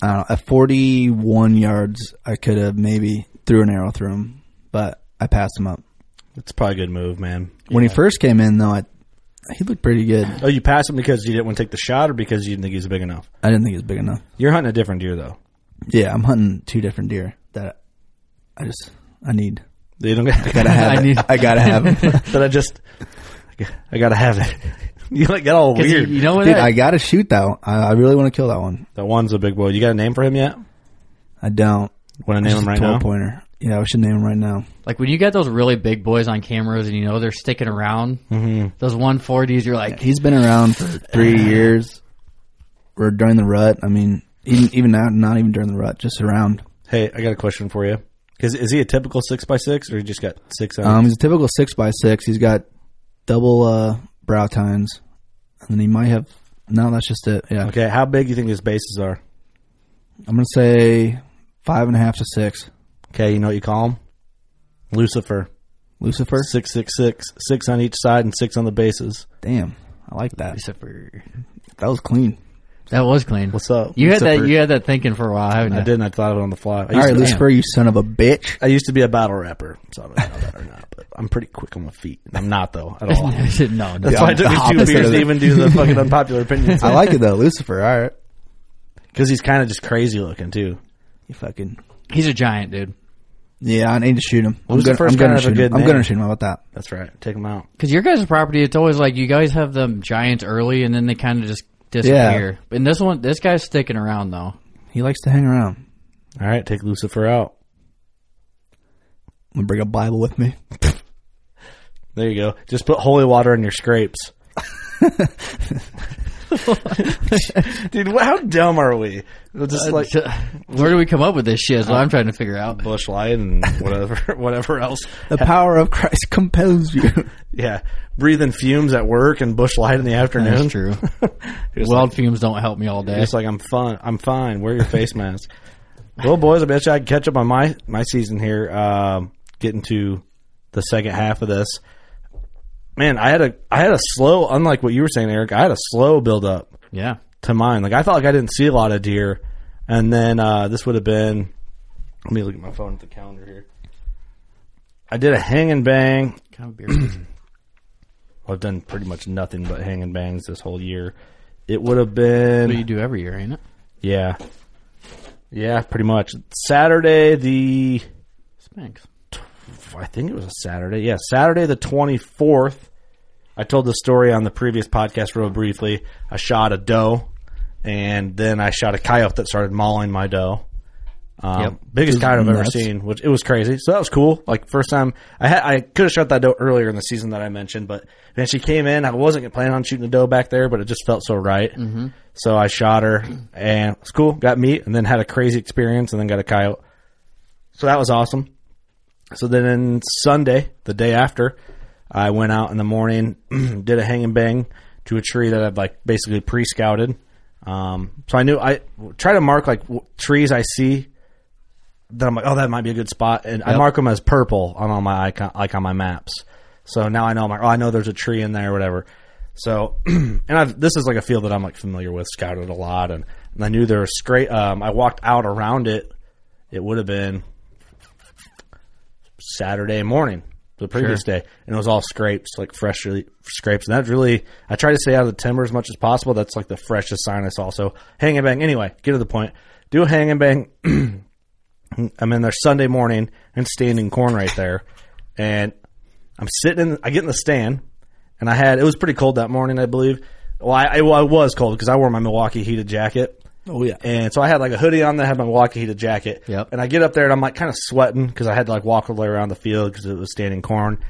Speaker 6: I don't know, at 41 yards I could have maybe threw an arrow through him, but I passed him up.
Speaker 3: It's probably a good move, man.
Speaker 6: When he first came in though, I he looked pretty good.
Speaker 3: Oh, you passed him because you didn't want to take the shot, or because you didn't think he was big enough.
Speaker 6: I didn't think he was big enough.
Speaker 3: You're hunting a different deer, though.
Speaker 6: Yeah, I'm hunting two different deer that I just I need.
Speaker 3: You don't get. I
Speaker 6: Gotta
Speaker 3: gotta,
Speaker 6: have
Speaker 5: I need-
Speaker 6: it. I gotta have him.
Speaker 3: but I just, I gotta have it. you like get all
Speaker 5: 'Cause
Speaker 3: weird.
Speaker 5: You, you know what?
Speaker 6: Dude,
Speaker 5: that-
Speaker 6: I gotta shoot that one. I, I really want to kill that one.
Speaker 3: that one's a big boy. You got a name for him yet?
Speaker 6: I don't.
Speaker 3: Want to name
Speaker 6: Just
Speaker 3: him
Speaker 6: a
Speaker 3: right
Speaker 6: 12
Speaker 3: now?
Speaker 6: pointer. Yeah, we should name him right now.
Speaker 5: like when you got those really big boys on cameras and you know they're sticking around,
Speaker 3: Mm-hmm.
Speaker 5: those 140s, you're like,
Speaker 6: He's been around for three years. Or during the rut. I mean, even even now, not even during the rut, just around.
Speaker 3: Hey, I got a question for you. Is is he a typical six by six, or he just got six? On
Speaker 6: Um, he's a typical six by six. He's got double uh, brow tines, and then he might have. No, that's just it. Yeah,
Speaker 3: okay, how big do you think his bases are?
Speaker 6: I'm gonna say five and a half to six.
Speaker 3: Okay, you know what you call him? Lucifer.
Speaker 6: Lucifer.
Speaker 3: Six, six, six. Six on each side and six on the bases.
Speaker 6: Damn, I like that.
Speaker 5: Except for
Speaker 6: that was clean.
Speaker 5: That was clean.
Speaker 3: What's up?
Speaker 5: You
Speaker 3: What's
Speaker 5: had
Speaker 3: up,
Speaker 5: that.
Speaker 3: Bert?
Speaker 5: You had that thinking for a while, haven't
Speaker 3: I
Speaker 5: you?
Speaker 3: didn't. I thought of it on the fly. I
Speaker 6: All right,
Speaker 3: to-
Speaker 6: Lucifer, you son of a bitch.
Speaker 3: I used to be a battle rapper, so I don't know that or not, but I'm pretty quick on my feet. I'm not though at all.
Speaker 5: I said no. no.
Speaker 3: That's why it took me two
Speaker 6: the opposite
Speaker 3: beers
Speaker 6: of
Speaker 3: to
Speaker 6: it.
Speaker 3: even do the fucking unpopular opinions.
Speaker 6: I like it though, Lucifer. All right,
Speaker 3: because he's kind of just crazy looking too.
Speaker 6: you fucking
Speaker 5: He's a giant, dude.
Speaker 6: yeah. I need to shoot him.
Speaker 3: Well,
Speaker 6: I'm gonna,
Speaker 3: Lucifer's
Speaker 6: I'm gonna
Speaker 3: kind of a
Speaker 6: shoot
Speaker 3: good
Speaker 6: him. I'm
Speaker 3: name.
Speaker 6: gonna shoot him. How about that?
Speaker 3: That's right. Take him out.
Speaker 5: Because your guys' property, it's always like you guys have them giants early, and then they kind of just disappear. And this one, this guy's sticking around though.
Speaker 6: He likes to hang around.
Speaker 3: All right, take Lucifer out.
Speaker 6: I'm gonna bring a Bible with me.
Speaker 3: There you go. Just put holy water in your scrapes. Dude, wh- how dumb are we? We'll Just like
Speaker 5: Uh, Where do we come up with this shit? Is what I'm trying to figure out.
Speaker 3: bush light and whatever, whatever else.
Speaker 6: The power of Christ compels you.
Speaker 3: Yeah, breathing fumes at work and bush light in the afternoon.
Speaker 5: That's true.
Speaker 3: Just
Speaker 5: Wild fumes don't help me all day.
Speaker 3: It's like I'm fine. I'm fine. Wear your face mask. well, boys, I bet you I can catch up on my my season here. Um, getting to the second half of this. Man, I had a I had a slow, unlike what you were saying, Eric. I had a slow build up
Speaker 5: yeah.
Speaker 3: to mine. Like I felt like I didn't see a lot of deer, and then uh, this would have been. Let me look at my phone at the calendar here. I did a hang and bang.
Speaker 5: Kind of beer.
Speaker 3: Well, I've done pretty much nothing but hang and bangs this whole year. It would have been.
Speaker 5: what you do every year, ain't it?
Speaker 3: Yeah. Yeah, pretty much. Saturday the
Speaker 5: Spanks.
Speaker 3: I think it was a Saturday. Yeah, Saturday the 24th. I told the story on the previous podcast real briefly. I shot a doe and then I shot a coyote that started mauling my doe. Um,
Speaker 5: Yep.
Speaker 3: biggest coyote I've ever
Speaker 6: Nuts.
Speaker 3: seen, which it was crazy. So that was cool. Like first time I had, I could have shot that doe earlier in the season that I mentioned, but then she came in. I wasn't planning on shooting a doe back there, but it just felt so right. Mm-hmm. So I shot her and it's cool. Got meat and then had a crazy experience and then got a coyote. So that was awesome. So then Sunday, the day after, I went out in the morning, did a hang and bang to a tree that I'd like basically pre scouted. Um, so I knew I try to mark like w- trees I see that I'm like, oh, that might be a good spot, and I mark them as purple on all my icon, like on my maps. So now I know I'm like, oh, I know there's a tree in there, or whatever. So, and I've, this is like a field that I'm like familiar with, scouted a lot, and, and I knew there was straight. Um, I walked out around it. It would have been Saturday morning, the previous day, and it was all scrapes, like freshly scrapes. And that's really, I try to stay out of the timber as much as possible. That's like the freshest sign I saw. So hang and bang. Anyway, get to the point. Do a hang and bang. I'm in there Sunday morning and standing corn right there, and I'm sitting. in I get in the stand, and I had it was pretty cold that morning, I believe. Well, I, I, well, I was cold because I wore my Milwaukee heated jacket.
Speaker 6: Oh yeah.
Speaker 3: And so I had like a hoodie on that had my Milwaukee heated jacket.
Speaker 5: Yep.
Speaker 3: And I get up there and I'm like kind of sweating because I had to like walk all the way around the field because it was standing corn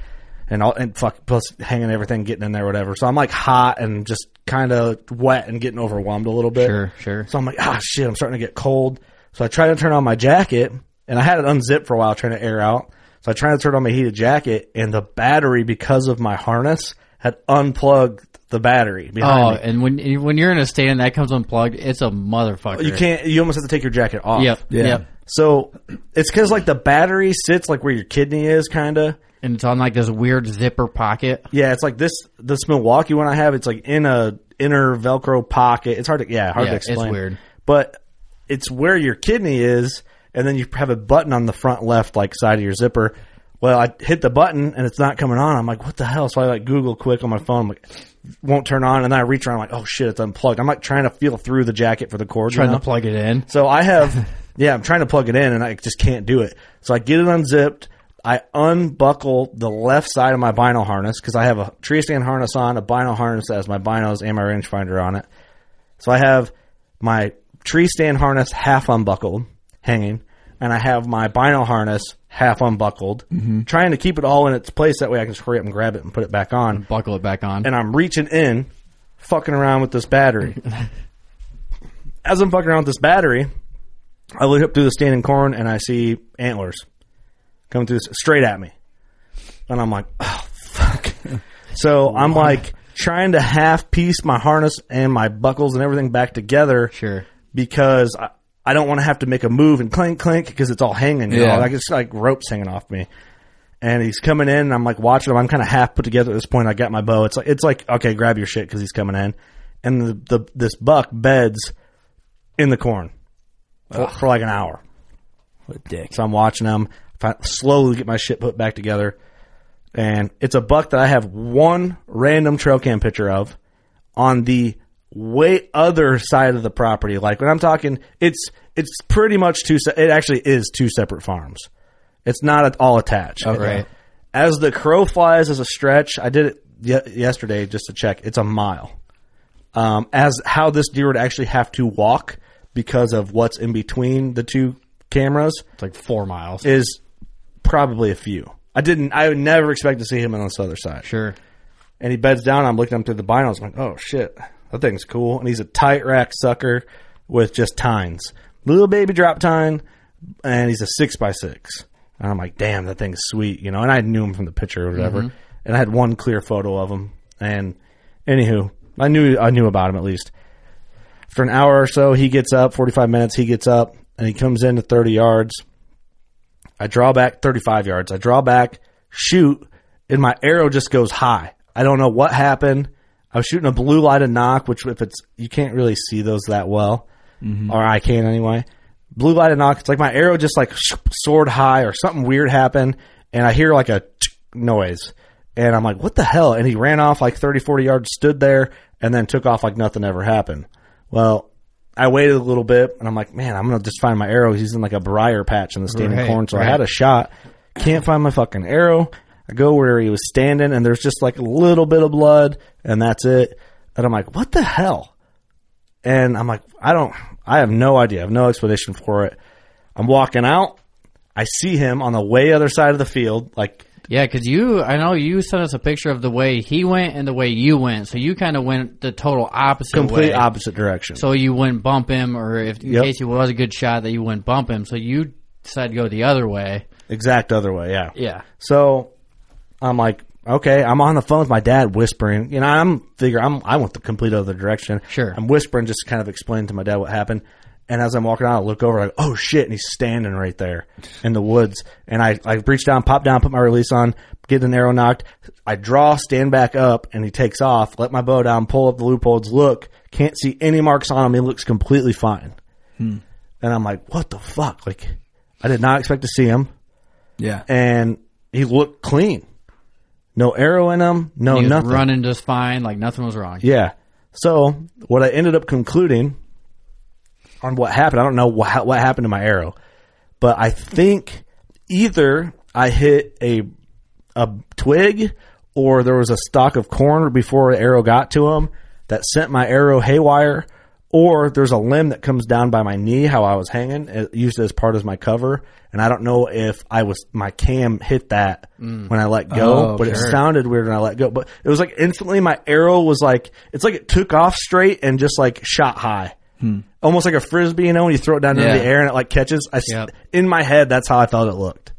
Speaker 3: and all and fuck plus hanging everything getting in there whatever. So I'm like hot and just kind of wet and getting overwhelmed a little bit.
Speaker 5: Sure, sure.
Speaker 3: So I'm like ah shit I'm starting to get cold. So I try to turn on my jacket and I had it unzipped for a while trying to air out. So I tried to turn on my heated jacket and the battery because of my harness had unplugged the battery behind
Speaker 5: Oh,
Speaker 3: me.
Speaker 5: and when when you're in a stand that comes unplugged, it's a motherfucker.
Speaker 3: You can't. You almost have to take your jacket off.
Speaker 5: Yep.
Speaker 6: Yeah.
Speaker 5: Yep.
Speaker 3: So it's because like the battery sits like where your kidney is, kind of.
Speaker 5: And it's on like this weird zipper pocket.
Speaker 3: Yeah, it's like this this Milwaukee one I have. It's like in a inner Velcro pocket. It's hard to yeah hard
Speaker 5: Yeah,
Speaker 3: to
Speaker 5: it's
Speaker 3: explain.
Speaker 5: weird.
Speaker 3: but it's where your kidney is, and then you have a button on the front left like side of your zipper. Well, I hit the button and it's not coming on. I'm like, what the hell? So I like Google quick on my phone. I'm like, won't turn on, and then I reach around. I'm like, oh shit, it's unplugged. I'm like trying to feel through the jacket for the cord. you
Speaker 5: Trying
Speaker 3: know?
Speaker 5: to plug it in.
Speaker 3: So I have, yeah, I'm trying to plug it in and I just can't do it. So I get it unzipped. I unbuckle the left side of my bino harness because I have a tree stand harness on, a bino harness that has my binos and my rangefinder on it. So I have my tree stand harness half unbuckled, hanging, and I have my bino harness half unbuckled, trying to keep it all in its place. That way I can just hurry up and grab it and put it back on
Speaker 5: Buckle it back on.
Speaker 3: and I'm reaching in, fucking around with this battery. As I'm fucking around with this battery, I look up through the standing corn and I see antlers coming through this, straight at me, and I'm like, oh fuck. So I'm like trying to half piece my harness and my buckles and everything back together.
Speaker 5: Sure.
Speaker 3: Because I, I don't want to have to make a move and clink clink because it's all hanging. You
Speaker 6: Yeah.
Speaker 3: know? like it's like ropes hanging off me. and he's coming in. And I'm like watching him. I'm kind of half put together at this point. I got my bow. It's like it's like okay, grab your shit because he's coming in. And the, the this buck beds in the corn for, for like an hour.
Speaker 7: What a dick!
Speaker 3: So I'm watching him. If I slowly get my shit put back together, and it's a buck that I have one random trail cam picture of on the way other side of the property. Like when I'm talking, it's it's pretty much two. se- It actually is two separate farms. It's not at all attached.
Speaker 5: Oh, right.
Speaker 3: As the crow flies as a stretch, I did it ye- yesterday just to check. It's a mile. Um, as how this deer would actually have to walk because of what's in between the two cameras. It's
Speaker 5: like four miles.
Speaker 3: Is probably a few. I didn't. I would never expect to see him on this other side.
Speaker 5: Sure.
Speaker 3: And he beds down. I'm looking up through the binos. I'm like, oh shit, that thing's cool. And he's a tight rack sucker with just tines, little baby drop tine, and he's a six by six. And I'm like, damn, that thing's sweet, you know. And I knew him from the picture or whatever.
Speaker 5: Mhm.
Speaker 3: And I had one clear photo of him. And anywho, I knew I knew about him at least. After an hour or so, he gets up. Forty five minutes, he gets up and he comes in to thirty yards. I draw back 35 yards. I draw back, shoot, and my arrow just goes high. I don't know what happened. I was shooting a blue light and knock, which if it's you can't really see those that well,
Speaker 7: Mhm.
Speaker 3: or I can anyway. Blue light and knock. It's like my arrow just like soared high, or something weird happened, and I hear like a noise, and I'm like, what the hell? And he ran off like 30, 40 yards, stood there, and then took off like nothing ever happened. Well, I waited a little bit, and I'm like, man, I'm gonna just find my arrow. He's in like a briar patch in the standing
Speaker 7: Right,
Speaker 3: corn, so
Speaker 7: right.
Speaker 3: I had a shot. Can't find my fucking arrow. I go where he was standing, and there's just like a little bit of blood, and that's it. And I'm like, what the hell? And I'm like, I don't, I have no idea. I have no explanation for it. I'm walking out. I see him on the way other side of the field, like
Speaker 5: Yeah, because you, I know you sent us a picture of the way he went and the way you went. So you kind of went the total opposite
Speaker 3: complete
Speaker 5: way.
Speaker 3: opposite direction.
Speaker 5: So you wouldn't bump him, or if in
Speaker 3: Yep.
Speaker 5: case he was a good shot, that you wouldn't bump him. So you decided to go the other way.
Speaker 3: exact other way. Yeah.
Speaker 5: Yeah.
Speaker 3: So I'm like, okay, I'm on the phone with my dad whispering, and I'm figure I'm I went the complete other direction. Sure. I'm whispering just to kind of explain to my dad what happened. And as I'm walking out, I look over like, oh shit, and he's standing right there in the woods. And I, I reach down, pop down, put my release on, get an arrow knocked. I draw, stand back up, and he takes off, let my bow down, pull up the loopholes, look, can't see any marks on him. He looks completely fine.
Speaker 6: Hmm.
Speaker 3: And I'm like, what the fuck? Like, I did not expect to see him.
Speaker 6: Yeah.
Speaker 3: And he looked clean. No arrow in him, no
Speaker 5: he was
Speaker 3: nothing.
Speaker 5: running just fine, like nothing was wrong.
Speaker 3: Yeah. So what I ended up concluding on what happened, I don't know what, what happened to my arrow, but I think either I hit a a twig or there was a stalk of corn before the arrow got to him that sent my arrow haywire, or there's a limb that comes down by my knee how I was hanging, it used as part of my cover, and I don't know if I was my cam hit that
Speaker 7: Mm.
Speaker 3: when I let go,
Speaker 7: Oh,
Speaker 3: but it
Speaker 7: sure.
Speaker 3: sounded weird when I let go. But it was like instantly my arrow was like it's like it took off straight and just like shot high.
Speaker 7: Hmm.
Speaker 3: Almost like a frisbee, you know, when you throw it down
Speaker 5: Yeah.
Speaker 3: into the air and it like catches. I s-
Speaker 5: Yep.
Speaker 3: in my head that's how I felt it looked.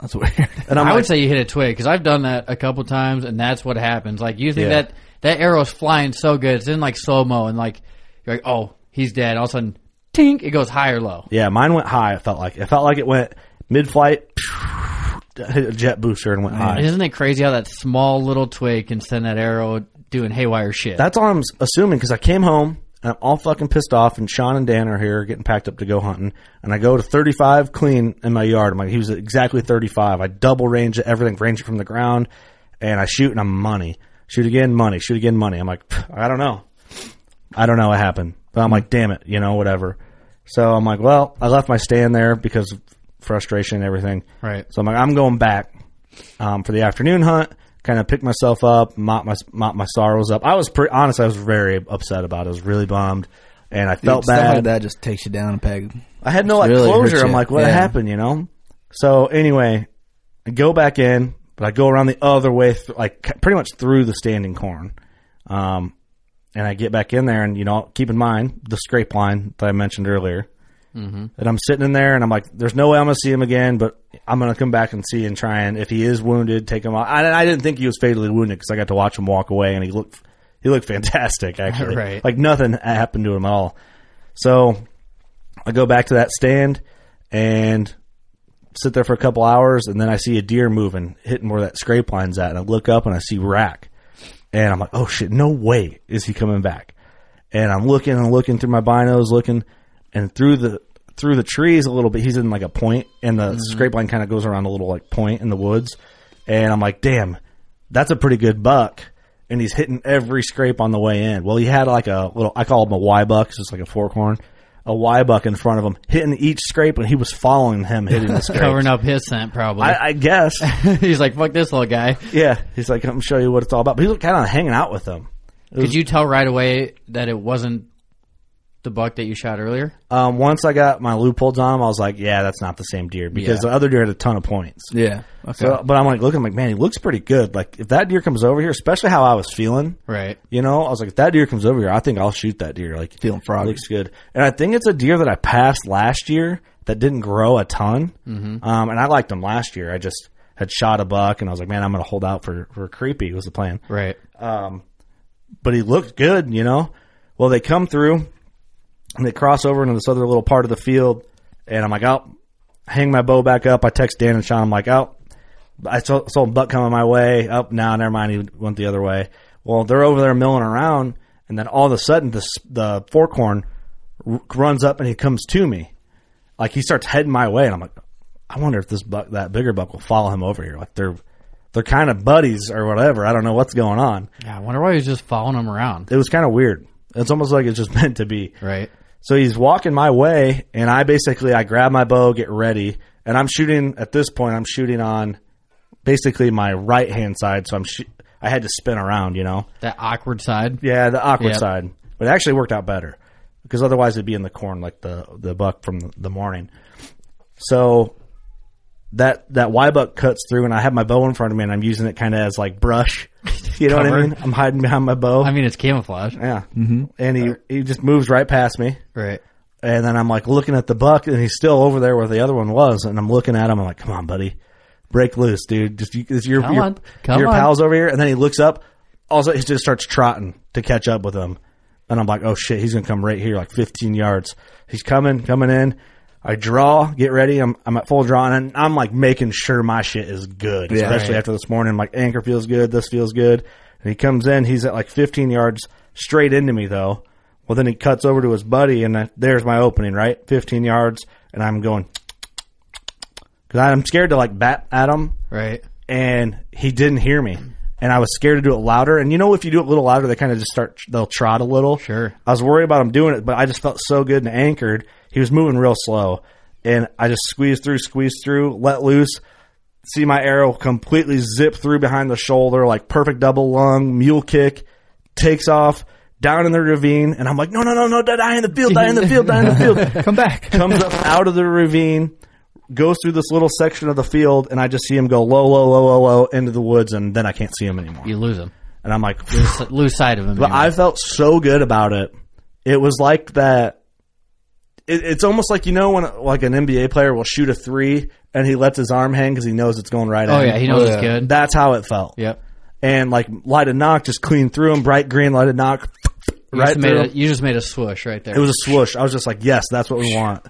Speaker 6: That's weird.
Speaker 3: And I'm
Speaker 5: I
Speaker 3: like,
Speaker 5: would say you hit a twig because I've done that a couple times, and that's what happens. Like you think
Speaker 3: Yeah.
Speaker 5: that that arrow's flying so good, it's in like slow mo, and like you're like, oh, he's dead. All of a sudden, tink, it goes high or low.
Speaker 3: yeah, mine went high. It felt like it felt like it went mid flight, hit a jet booster and went high.
Speaker 5: And isn't it crazy how that small little twig can send that arrow doing haywire shit?
Speaker 3: That's all I'm s- assuming because I came home and I'm all fucking pissed off. And Sean and Dan are here getting packed up to go hunting. And I go to 35 clean in my yard. I'm like, he was exactly 35. I double range it, everything, range it from the ground. And I shoot and I'm money. Shoot again, money. Shoot again, money. I'm like, "Pff, I don't know. I don't know what happened. But I'm like, damn it, you know, whatever. So I'm like, well, I left my stand there because of frustration and everything.
Speaker 5: Right.
Speaker 3: So I'm like, I'm going back um, for the afternoon hunt. Kind of pick myself up, mop my mop my sorrows up. I was pretty honest. I was very upset about it. I was really bummed, and I felt
Speaker 6: Dude, Stuff
Speaker 3: bad.
Speaker 6: like that just takes you down a peg.
Speaker 3: I had no
Speaker 6: It's
Speaker 3: like
Speaker 6: really hurts
Speaker 3: closure. I'm
Speaker 6: you.
Speaker 3: like, what
Speaker 6: Yeah.
Speaker 3: happened? You know. So anyway, I go back in, but I go around the other way, th- like c- pretty much through the standing corn, um, and I get back in there, and you know, keep in mind the scrape line that I mentioned earlier.
Speaker 5: Mhm.
Speaker 3: And I'm sitting in there, and I'm like, "There's no way I'm gonna see him again, but I'm gonna come back and see and try and if he is wounded, take him out." I, I didn't think he was fatally wounded because I got to watch him walk away, and he looked he looked fantastic actually,
Speaker 5: Right.
Speaker 3: like nothing happened to him at all. So I go back to that stand, and sit there for a couple hours, and then I see a deer moving, hitting where that scrape line's at, and I look up and I see rack, and I'm like, oh shit, no way is he coming back, and I'm looking and looking through my binos, looking, and through the through the trees a little bit, he's in like a point, and the
Speaker 5: Mm-hmm.
Speaker 3: scrape line kind of goes around a little like point in the woods, and I'm like, damn, that's a pretty good buck. And he's hitting every scrape on the way in. Well, he had like a little, I call him a Y buck, 'cause it's like a fork horn, a Y buck in front of him, hitting each scrape, and he was following him, hitting the scrape.
Speaker 5: Covering up his scent, probably.
Speaker 3: I, I guess.
Speaker 5: he's like, fuck this little guy.
Speaker 3: Yeah, he's like, I'm show you what it's all about. But he was kind of hanging out with them. It
Speaker 5: Could
Speaker 3: was-
Speaker 5: you tell right away that it wasn't the buck that you shot earlier?
Speaker 3: Um, once I got my loopholes on him, I was like, yeah, that's not the same deer because
Speaker 5: Yeah.
Speaker 3: the other deer had a ton of points.
Speaker 6: Yeah. Okay.
Speaker 3: So, but I'm like looking, I'm like, man, he looks pretty good. Like if that deer comes over here, especially how I was feeling,
Speaker 5: Right.
Speaker 3: you know, I was like, if that deer comes over here, I think I'll shoot that deer. Like
Speaker 6: Feeling froggy.
Speaker 3: looks good. And I think it's a deer that I passed last year that didn't grow a ton. Mm-hmm. Um, and I liked him last year. I just had shot a buck and I was like, man, I'm going to hold out for, for creepy was the plan
Speaker 5: Right.
Speaker 3: but he looked good, you know. Well, they come through and they cross over into this other little part of the field, and I'm like, oh, hang my bow back up. I text Dan and Sean. I'm like, oh, I saw, saw a buck coming my way. Up oh, now, never mind. He went the other way. Well, they're over there milling around, and then all of a sudden, the s- the forkhorn r- runs up and he comes to me. Like he starts heading my way, and I'm like, I wonder if this buck, that bigger buck, will follow him over here. Like they're they're kind of buddies or whatever. I don't know what's going on
Speaker 5: Yeah, I wonder why he was just following him around.
Speaker 3: it was kind of weird. It's almost like it's just meant to be.
Speaker 5: Right.
Speaker 3: So he's walking my way, and I basically I grab my bow, get ready, and I'm shooting. At this point, I'm shooting on basically my right hand side, so I'm sh- I had to spin around, you know.
Speaker 5: That awkward side.
Speaker 3: Yeah, the awkward
Speaker 5: Yep.
Speaker 3: side, but it actually worked out better because otherwise it'd be in the corn like the the buck from the morning. So that that Y buck cuts through, and I have my bow in front of me, and I'm using it kind of as like brush. You know what I
Speaker 5: Cover.
Speaker 3: mean? I'm hiding behind my bow.
Speaker 5: I mean, it's camouflage.
Speaker 3: Yeah. Mm-hmm. And
Speaker 5: Uh,
Speaker 3: he, he just moves right past me.
Speaker 5: Right.
Speaker 3: And then I'm like looking at the buck and he's still over there where the other one was. And I'm looking at him. I'm like, come on, buddy. Break loose, dude. Just you, it's your,
Speaker 5: Come
Speaker 3: your,
Speaker 5: on. Come
Speaker 3: your
Speaker 5: on."
Speaker 3: pal's over here. And then he looks up. Also, he just starts trotting to catch up with him. And I'm like, oh shit, he's going to come right here, like 15 yards. He's coming, coming in. I draw, get ready. I'm, I'm at full draw and I'm like making sure my shit is good, especially
Speaker 5: Right.
Speaker 3: after this morning. Like anchor feels good. This feels good. And he comes in. He's at like 15 yards straight into me though. Well, then he cuts over to his buddy and I, there's my opening, right? 15 yards. And I'm going, cause I'm scared to like bat at him
Speaker 5: Right.
Speaker 3: and he didn't hear me. And I was scared to do it louder. And you know, if you do it a little louder, they kind of just start, they'll trot a little.
Speaker 5: Sure.
Speaker 3: I was worried about him doing it, but I just felt so good and anchored. He was moving real slow. And I just squeezed through, squeezed through, let loose, see my arrow completely zip through behind the shoulder, like perfect double lung, mule kick, takes off down in the ravine. And I'm like, no, no, no, no, die in the field, die in the field, die in the field.
Speaker 6: Come back.
Speaker 3: Comes up out of the ravine, goes through this little section of the field, and I just see him go low, low, low, low, low into the woods, and then I can't see him anymore.
Speaker 5: You lose him.
Speaker 3: And I'm like,
Speaker 5: Lose, lose sight of him.
Speaker 3: but I felt so good about it. It was like that. It, it's almost like you know when like an NBA player will shoot a three and he lets his arm hang because he knows it's going right.
Speaker 5: oh
Speaker 3: at
Speaker 5: yeah,
Speaker 3: him.
Speaker 5: he knows
Speaker 6: Yeah.
Speaker 5: it's good.
Speaker 3: That's how it felt.
Speaker 5: yep.
Speaker 3: And like light a knock, just clean through him, bright green, light a knock,
Speaker 5: You
Speaker 3: right
Speaker 5: just made
Speaker 3: through.
Speaker 5: a,
Speaker 3: him.
Speaker 5: you just made a swoosh right there.
Speaker 3: It was a swoosh. I was just like, yes, that's what we want.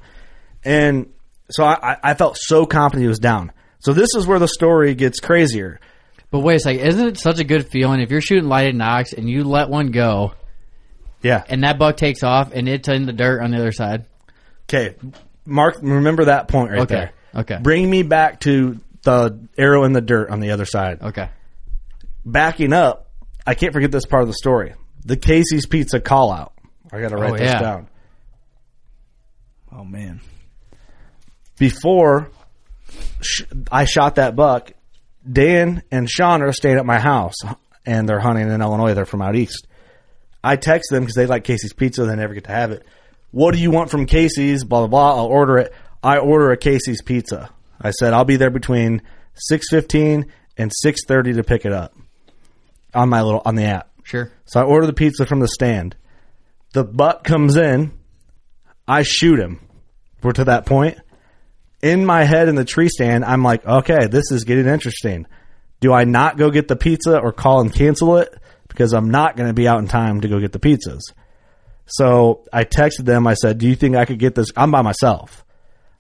Speaker 3: And so I, I- I felt so confident he was down. So this is where the story gets crazier.
Speaker 5: but wait a second, isn't it such a good feeling if you're shooting lighted knocks and you let one go
Speaker 3: Yeah.
Speaker 5: and that buck takes off and it's in the dirt on the other side?
Speaker 3: Okay. Mark, remember that point right
Speaker 5: Okay.
Speaker 3: there.
Speaker 5: Okay.
Speaker 3: Bring me back to the arrow in the dirt on the other side.
Speaker 5: Okay.
Speaker 3: Backing up, I can't forget this part of the story. The Casey's Pizza call out. I got to write
Speaker 5: Oh,
Speaker 3: this
Speaker 5: yeah.
Speaker 3: down.
Speaker 6: Oh man.
Speaker 3: Before sh- I shot that buck, Dan and Sean are staying at my house and they're hunting in Illinois. They're from out east. I text them because they like Casey's Pizza. They never get to have it. What do you want from Casey's? Blah, blah, blah. I'll order it. I order a Casey's Pizza. I said, I'll be there between 6.15 and 6.30 to pick it up on my little, on the app.
Speaker 5: Sure.
Speaker 3: So I order the pizza from the stand. The buck comes in. I shoot him. We're to that point. In my head in the tree stand, I'm like, okay, this is getting interesting. Do I not go get the pizza or call and cancel it? Because I'm not going to be out in time to go get the pizzas. So I texted them. I said, do you think I could get this? I'm by myself.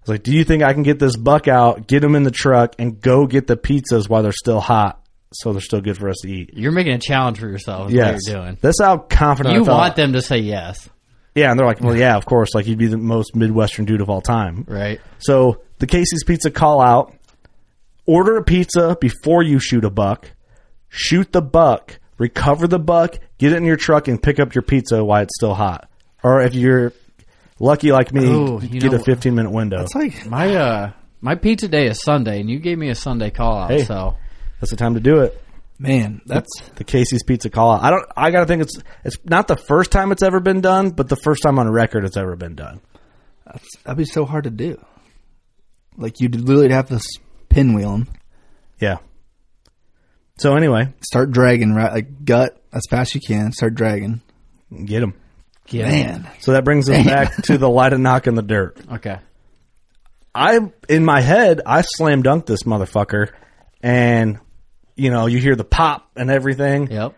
Speaker 3: was like, "Do you think I can get this buck out, get him in the truck, and go get the pizzas while they're still hot, so they're still good for us to eat?"
Speaker 5: You're making a challenge for yourself. Is
Speaker 3: Yes,
Speaker 5: what you're doing.
Speaker 3: That's how confident
Speaker 5: you
Speaker 3: I felt.
Speaker 5: want them to say yes,
Speaker 3: Yeah, and they're like, well, yeah, of course. Like, you'd be the most Midwestern dude of all time.
Speaker 5: right?
Speaker 3: So the Casey's Pizza call out order a pizza before you shoot a buck, shoot the buck, recover the buck, get it in your truck, and pick up your pizza while it's still hot. Or if you're lucky like me,
Speaker 5: Ooh, you
Speaker 3: get
Speaker 5: know-
Speaker 3: a 15 minute window. That's,
Speaker 6: It's like
Speaker 5: My uh, my pizza day is Sunday, and you gave me a Sunday call out.
Speaker 3: Hey.
Speaker 5: So
Speaker 3: the time to do it.
Speaker 6: man, that's
Speaker 3: The Casey's Pizza call out. I don't. I gotta think it's it's not the first time it's ever been done, but the first time on record it's ever been done.
Speaker 6: that'd be so hard to do. Like you'd literally have to s- pinwheel them,
Speaker 3: Yeah. So anyway,
Speaker 6: start dragging right, like gut as fast as you can, start dragging.
Speaker 3: get them.
Speaker 5: yeah,
Speaker 6: Man,
Speaker 3: So that brings us back to the light of knock in the dirt.
Speaker 5: okay.
Speaker 3: I in my head, I slam dunked this motherfucker, and you know you hear the pop and everything.
Speaker 5: Yep.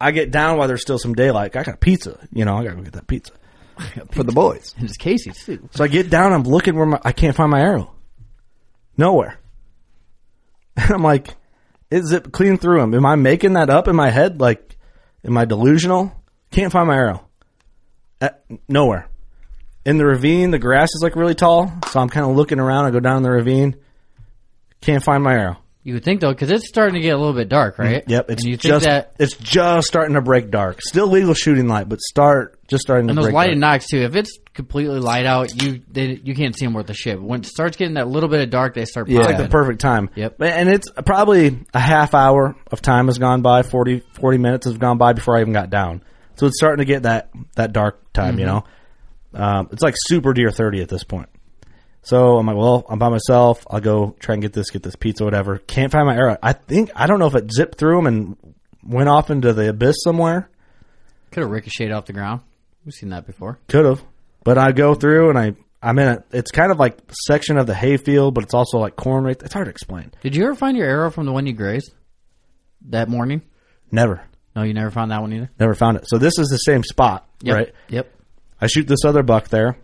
Speaker 3: I get down while there's still some daylight. I got pizza, you know. I gotta go get that pizza.
Speaker 6: for the boys,
Speaker 5: And it's Casey's too.
Speaker 3: So I get down. I'm looking where my I can't find my arrow. Nowhere. And I'm like, it zipped clean through him. Am I making that up in my head? Like, am I delusional? Can't find my arrow. Uh, nowhere. In the ravine, the grass is like really tall, so I'm kind of looking around. I go down the ravine. Can't find my arrow.
Speaker 5: You would think though, because it's starting to get a little bit dark, right?
Speaker 3: Mm-hmm. Yep, it's
Speaker 5: and you
Speaker 3: just
Speaker 5: think that
Speaker 3: it's just starting to break dark. Still legal shooting light, but start just starting to
Speaker 5: and those
Speaker 3: break dark.
Speaker 5: lighted knocks too. If it's completely light out, you they, you can't see them worth a shit. But when it starts getting that little bit of dark, they start.
Speaker 3: It's
Speaker 5: Popping.
Speaker 3: like the perfect time.
Speaker 5: Yep.
Speaker 3: And it's probably a half hour of time has gone by, 40, 40 minutes has gone by before I even got down. So it's starting to get that, that dark time, you know? Um, it's like super deer 30 at this point. So I'm like, well, I'm by myself. I'll go try and get this, get this pizza, whatever. Can't find my arrow. I think, I don't know if it zipped through them and went off into the abyss somewhere.
Speaker 5: Could have ricocheted off the ground. We've seen that before.
Speaker 3: Could have. But I go through and I, I'm in a, it's kind of like section of the hayfield, but it's also like corn right. It's hard to explain.
Speaker 5: Did you ever find your arrow from the one you grazed that morning?
Speaker 3: Never.
Speaker 5: No, you never found that one either.
Speaker 3: Never found it. So this is the same spot,
Speaker 5: Yep.
Speaker 3: right?
Speaker 5: Yep.
Speaker 3: I shoot this other buck there,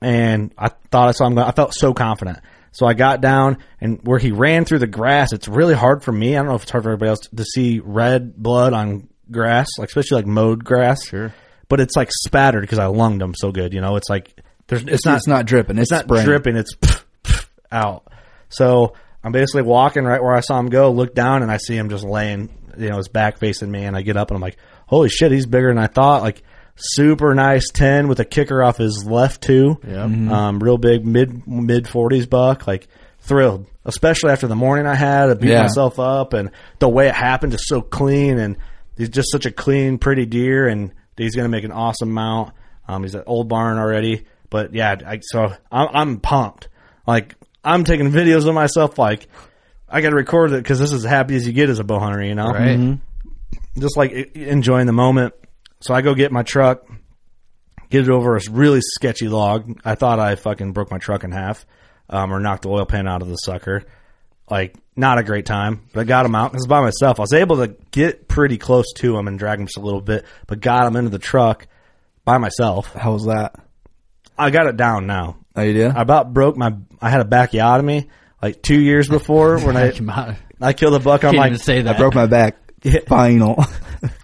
Speaker 3: and I thought I saw him. Go- I felt so confident. So I got down, and where he ran through the grass, it's really hard for me. I don't know if it's hard for everybody else to see red blood on grass, like especially like mowed grass. Sure. But it's like spattered because I lunged him so good. You know, it's like there's it's,
Speaker 6: it's not, it's not dripping. It's,
Speaker 3: it's not
Speaker 6: spraying.
Speaker 3: dripping. It's out. So I'm basically walking right where I saw him go. Look down and I see him just laying, you know, his back facing me. And I get up and I'm like, holy shit, he's bigger than I thought. Like super nice ten with a kicker off his left too. Yeah, um, real big mid mid forties buck. Like thrilled, especially after the morning I had. I beat
Speaker 6: Yeah.
Speaker 3: myself up and the way it happened is so clean and he's just such a clean, pretty deer and he's gonna make an awesome mount. Um, he's at old barn already, but yeah, I, so I'm, I'm pumped. Like I'm taking videos of myself. Like I got to record it because this is as happy as you get as a bow hunter, you know.
Speaker 5: Right.
Speaker 3: Just like e- enjoying the moment. So I go get my truck, get it over a really sketchy log. I thought I fucking broke my truck in half, um, or knocked the oil pan out of the sucker. Like not a great time, but I got him out because by myself I was able to get pretty close to him and drag him just a little bit, but got him into the truck by myself.
Speaker 6: How was that?
Speaker 3: I got it down now.
Speaker 6: Oh, you did?
Speaker 3: I about broke my. I had a backiotomy like two years before when I
Speaker 5: Come on.
Speaker 3: I killed a buck on
Speaker 5: Can't
Speaker 3: like
Speaker 5: even say that.
Speaker 6: I broke my back. Final,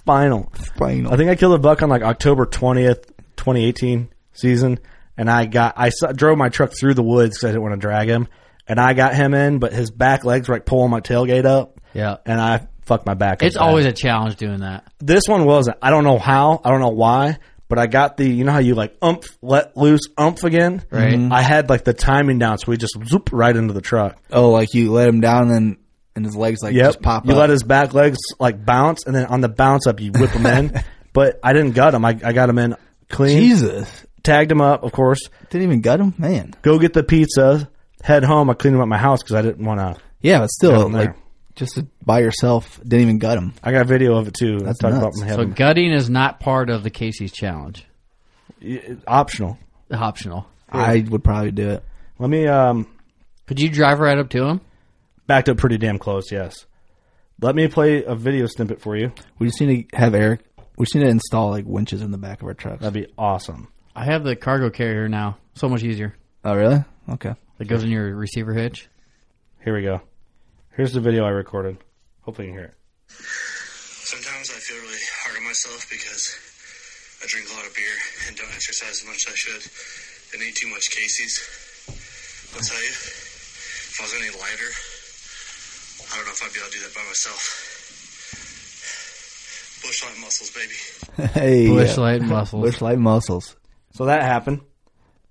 Speaker 3: final.
Speaker 6: final.
Speaker 3: I think I killed a buck on like October twentieth, twenty eighteen season, and I got I saw, drove my truck through the woods because I didn't want to drag him, and I got him in, but his back legs were like pulling my tailgate up,
Speaker 5: Yeah.
Speaker 3: and I fucked my back. up
Speaker 5: It's
Speaker 3: bad.
Speaker 5: always a challenge doing that.
Speaker 3: this one wasn't. I don't know how. I don't know why. But I got the, you know how you like umph, let loose, umph again?
Speaker 5: Right.
Speaker 6: Mm-hmm.
Speaker 5: Mhm.
Speaker 3: I had like the timing down, so we just zoop right into the truck.
Speaker 6: oh, like you let him down and then and his legs like just pop
Speaker 3: you
Speaker 6: up.
Speaker 3: let his back legs like bounce, and then on the bounce up, you whip him in. But I didn't gut him. I, I got him in clean.
Speaker 6: Jesus
Speaker 3: Tagged him up, of course.
Speaker 6: didn't even gut him, man.
Speaker 3: Go get the pizza. Head home. I cleaned him up at my house because I didn't want to.
Speaker 6: Yeah, but
Speaker 3: Got
Speaker 6: still,
Speaker 3: him
Speaker 6: like
Speaker 3: there.
Speaker 6: just by yourself, didn't even gut him.
Speaker 3: I got video of it too.
Speaker 6: That's
Speaker 3: Talk
Speaker 6: nuts.
Speaker 3: about
Speaker 5: So
Speaker 3: him.
Speaker 5: gutting is not part of the Casey's challenge.
Speaker 3: optional.
Speaker 5: Optional.
Speaker 6: I would probably do it.
Speaker 3: Let me um
Speaker 5: Could you drive right up to him?
Speaker 3: backed up pretty damn close. Yes. Let me play a video snippet for you.
Speaker 6: We just need to have Eric. We just need to install like winches in the back of our trucks.
Speaker 3: That'd be awesome.
Speaker 5: I have the cargo carrier now. So much easier.
Speaker 6: Oh, really? Okay.
Speaker 5: That goes in your receiver hitch.
Speaker 3: Here we go. Here's the video I recorded. Hopefully you can hear it.
Speaker 7: Sometimes I feel really hard on myself because I drink a lot of beer and don't exercise as much as I should and eat too much Casey's. I'll tell you, if I was any lighter, I don't know if I'd be able to do that by myself. Bushlight muscles, baby.
Speaker 6: hey,
Speaker 5: Bushlight muscles.
Speaker 6: Bushlight muscles.
Speaker 3: So that happened.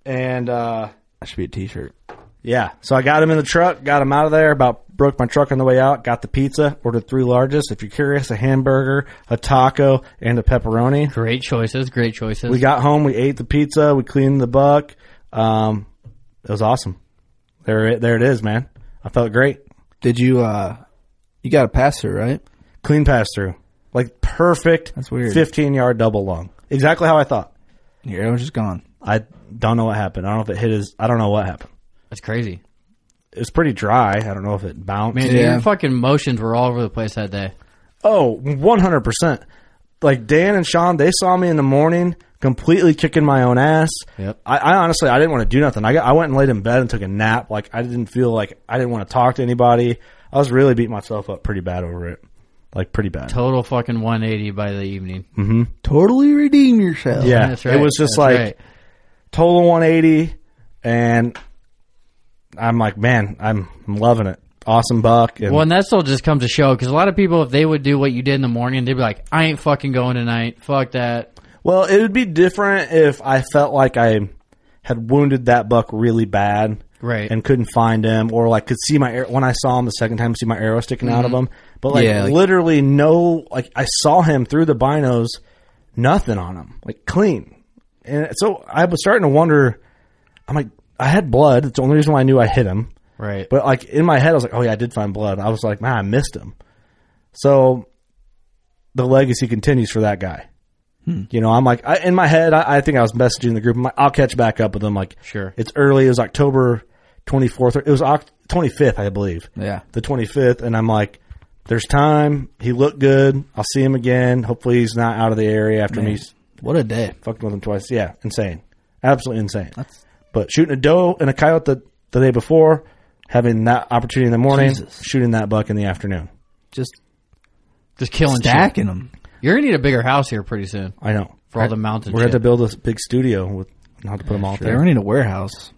Speaker 3: And uh
Speaker 6: That should be a T-shirt.
Speaker 3: yeah, so I got him in the truck, got him out of there, about broke my truck on the way out, got the pizza, ordered three largest. If you're curious, a hamburger, a taco, and a pepperoni.
Speaker 5: Great choices. Great choices.
Speaker 3: We got home, we ate the pizza, we cleaned the buck. Um it was awesome. There it there it is, man. I felt great.
Speaker 6: Did you? uh You got a pass through, right?
Speaker 3: Clean pass through. Like perfect
Speaker 6: That's weird.
Speaker 3: 15 yard double long. Exactly how I thought.
Speaker 6: Your arrow's just gone.
Speaker 3: I don't know what happened. I don't know if it hit his. I don't know what happened.
Speaker 5: That's crazy.
Speaker 3: It was pretty dry. I don't know if it bounced.
Speaker 5: Man,
Speaker 6: Yeah.
Speaker 5: your fucking motions were all over the place that day.
Speaker 3: Oh, 100%. Like Dan and Sean, they saw me in the morning completely kicking my own ass.
Speaker 5: Yep.
Speaker 3: I, I honestly, I didn't want to do nothing. I, got, I went and laid in bed and took a nap. Like, I didn't feel like I didn't want to talk to anybody. I was really beating myself up pretty bad over it. Like, pretty bad.
Speaker 5: Total fucking 180 by the evening.
Speaker 6: Totally redeem yourself.
Speaker 3: Yeah.
Speaker 5: That's right.
Speaker 3: It was just like
Speaker 5: That's right.
Speaker 3: total 180. And I'm like, man, I'm, I'm loving it. Awesome buck. And
Speaker 5: Well, and that's all just comes to show because a lot of people, if they would do what you did in the morning, they'd be like, "I ain't fucking going tonight. Fuck that."
Speaker 3: Well, it would be different if I felt like I had wounded that buck really bad,
Speaker 5: Right.
Speaker 3: and couldn't find him, or like could see my arrow when I saw him the second time, see my arrow sticking out of him. But like,
Speaker 6: Mm-hmm. Yeah, like-
Speaker 3: literally, no, like I saw him through the binos, nothing on him, like clean. And so I was starting to wonder. I'm like, I had blood. It's the only reason why I knew I hit him.
Speaker 5: right.
Speaker 3: But like in my head, I was like, oh yeah, I did find blood. I was like, man, I missed him. So the legacy continues for that guy. You know, I'm like I, in my head, I, I think I was messaging the group. I'm like, I'll catch back up with them. Like,
Speaker 5: Sure.
Speaker 3: it's early. It was October 24th. Or it was Oct- 25th, I believe.
Speaker 6: Yeah.
Speaker 3: the 25th, and I'm like, there's time. He looked good. I'll see him again. Hopefully, he's not out of the area after me s-
Speaker 6: What a day.
Speaker 3: fucked with him twice. Yeah, insane, absolutely insane. but shooting a doe and a coyote the, the day before, having that opportunity in the morning,
Speaker 6: Jesus.
Speaker 3: shooting that buck in the afternoon.
Speaker 6: Just
Speaker 5: Just killing shit.
Speaker 6: stacking them.
Speaker 5: You're gonna need a bigger house here pretty soon
Speaker 3: I know
Speaker 5: for all the mountain.
Speaker 3: We're going to
Speaker 5: shit.
Speaker 3: build a big studio with how to put them all
Speaker 6: They're
Speaker 3: there.
Speaker 6: in a warehouse.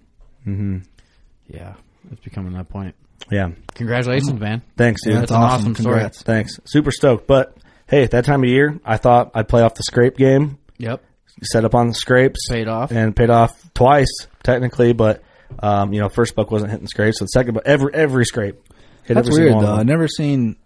Speaker 5: yeah, it's becoming that point.
Speaker 3: Yeah,
Speaker 5: Congratulations, man.
Speaker 3: thanks, dude.
Speaker 5: That's an awesome story.
Speaker 6: Congrats.
Speaker 3: Thanks, super stoked. But hey, at that time of year, I thought I'd play off the scrape game.
Speaker 5: Yep.
Speaker 3: Set up on the scrapes,
Speaker 5: Paid off.
Speaker 3: and paid off twice technically, but. Um, you know, first buck wasn't hitting scrapes, so the second, but every every scrape hit
Speaker 6: That's
Speaker 3: every single
Speaker 6: weird
Speaker 3: one of
Speaker 6: though.
Speaker 3: them.
Speaker 6: I've Uh, never seen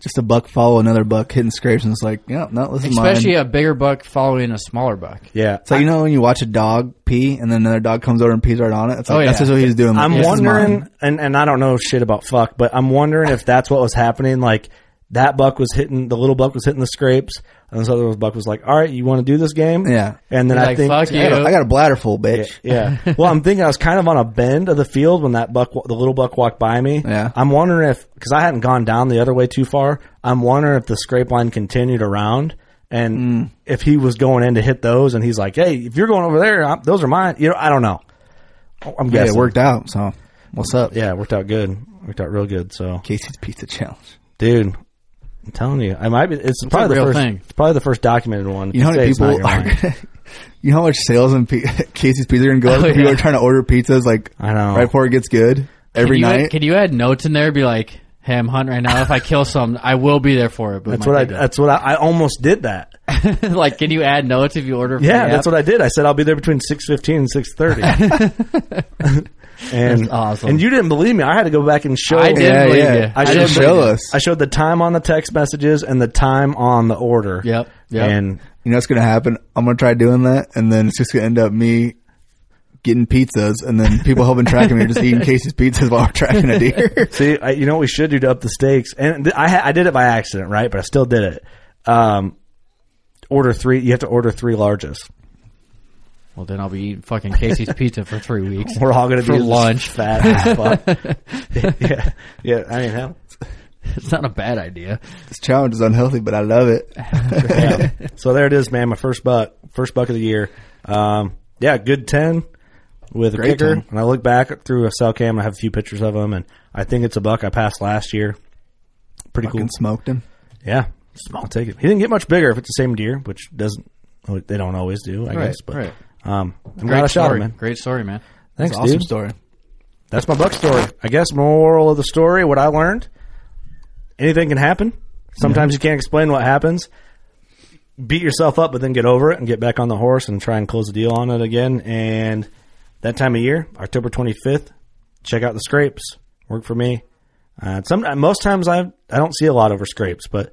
Speaker 6: just a buck follow another buck hitting scrapes and it's like, yeah, no, this is
Speaker 5: Especially
Speaker 6: mine.
Speaker 5: a bigger buck following a smaller buck.
Speaker 3: Yeah,
Speaker 6: It's like you know when you watch a dog pee and then another dog comes over and pees right on it. It's like
Speaker 5: Oh, yeah.
Speaker 6: that's just what he's doing. Like,
Speaker 3: I'm
Speaker 6: this is
Speaker 3: wondering,
Speaker 6: mine.
Speaker 3: and, and I don't know shit about fuck, but I'm wondering if that's what was happening. Like that buck was hitting the little buck was hitting the scrapes, and this other buck was like, "All right, you want to do this game?"
Speaker 6: Yeah.
Speaker 3: And then
Speaker 5: He's
Speaker 3: I
Speaker 5: like,
Speaker 3: think,
Speaker 5: "Fuck
Speaker 6: I got, a,
Speaker 5: you."
Speaker 6: I got a bladder full,
Speaker 3: yeah,
Speaker 6: bitch.
Speaker 3: yeah. well, I'm thinking I was kind of on a bend of the field when that buck, wa- the little buck, walked by me.
Speaker 6: Yeah.
Speaker 3: I'm wondering if because I hadn't gone down the other way too far. I'm wondering if the scrape line continued around. And if he was going in to hit those, and he's like, "Hey, if you're going over there, i those are mine." You know, I don't know. I'm
Speaker 6: Yeah,
Speaker 3: guessing.
Speaker 6: it worked out. So what's up?
Speaker 3: Yeah, it worked out good. Worked out real good. So,
Speaker 6: Casey's pizza challenge.
Speaker 3: dude, I'm telling you, I might be. It's probably
Speaker 5: a
Speaker 3: the
Speaker 5: real
Speaker 3: first.
Speaker 5: thing.
Speaker 3: It's probably the first documented one.
Speaker 6: You know how
Speaker 3: Say
Speaker 6: many
Speaker 3: it's not
Speaker 6: people
Speaker 3: your
Speaker 6: are.
Speaker 3: line.
Speaker 6: you know how much sales in P- Casey's pizza are gonna go up.
Speaker 5: Oh,
Speaker 6: People
Speaker 5: yeah.
Speaker 6: are trying to order pizzas like
Speaker 3: I know.
Speaker 6: right before it gets good
Speaker 5: Can
Speaker 6: every
Speaker 5: you
Speaker 6: night.
Speaker 5: Add, can you add notes in there? Be like, "Hey, I'm hunting right now. If I kill some, I will be there for it." But
Speaker 3: That's
Speaker 5: might
Speaker 3: what I.
Speaker 5: be
Speaker 3: That's what I. I almost did that.
Speaker 5: dead. like. Can you add notes if you order? From
Speaker 3: Yeah,
Speaker 5: the
Speaker 3: that's
Speaker 5: app?
Speaker 3: what I did. I said I'll be there between six fifteen and six thirty. and
Speaker 5: That's awesome.
Speaker 3: And you didn't believe me. I had to go back and show.
Speaker 5: I did
Speaker 6: Yeah,
Speaker 5: believe
Speaker 6: yeah.
Speaker 5: you.
Speaker 6: I
Speaker 5: I,
Speaker 6: should
Speaker 5: did
Speaker 6: show
Speaker 5: believe you.
Speaker 6: us.
Speaker 3: I showed the time on the text messages and the time on the order.
Speaker 5: Yep, yep.
Speaker 3: And
Speaker 6: You know what's gonna happen? I'm gonna try doing that, and then it's just gonna end up me getting pizzas, and then people helping track me are just eating Casey's pizzas while we're tracking a deer.
Speaker 3: See, I, you know what we should do to up the stakes, and th- I ha- I did it by accident, right? But I still did it. Um, order three. You have to order three largest.
Speaker 5: Well, then I'll be eating fucking Casey's pizza for three weeks.
Speaker 3: We're all gonna
Speaker 5: For
Speaker 3: be this
Speaker 5: lunch.
Speaker 3: fat. as fuck. yeah, yeah. I mean, hell.
Speaker 5: It's not a bad idea.
Speaker 6: this challenge is unhealthy, but I love it.
Speaker 3: Yeah. so there it is, man. My first buck, first buck of the year. Um, yeah, good ten. with a
Speaker 6: Great
Speaker 3: kicker,
Speaker 6: time.
Speaker 3: and I look back through a cell cam. and I have a few pictures of him, and I think it's a buck I passed last year. Pretty
Speaker 6: Fucking
Speaker 3: cool.
Speaker 6: smoked him.
Speaker 3: Yeah, I'll take it. He didn't get much bigger if it's the same deer, which doesn't they don't always do, I
Speaker 5: Right,
Speaker 3: guess. But
Speaker 5: right.
Speaker 3: um, I'm
Speaker 5: Great
Speaker 3: glad I shot
Speaker 5: story.
Speaker 3: him, man.
Speaker 5: Great story, man.
Speaker 3: Thanks,
Speaker 6: That's an awesome
Speaker 3: dude.
Speaker 6: story.
Speaker 3: That's my buck story. I guess moral of the story, what I learned, anything can happen. Sometimes you can't explain what happens. Beat yourself up, but then get over it and get back on the horse and try and close the deal on it again. And that time of year, October 25th, check out the scrapes. Work for me. Uh, some most times I I don't see a lot over scrapes, but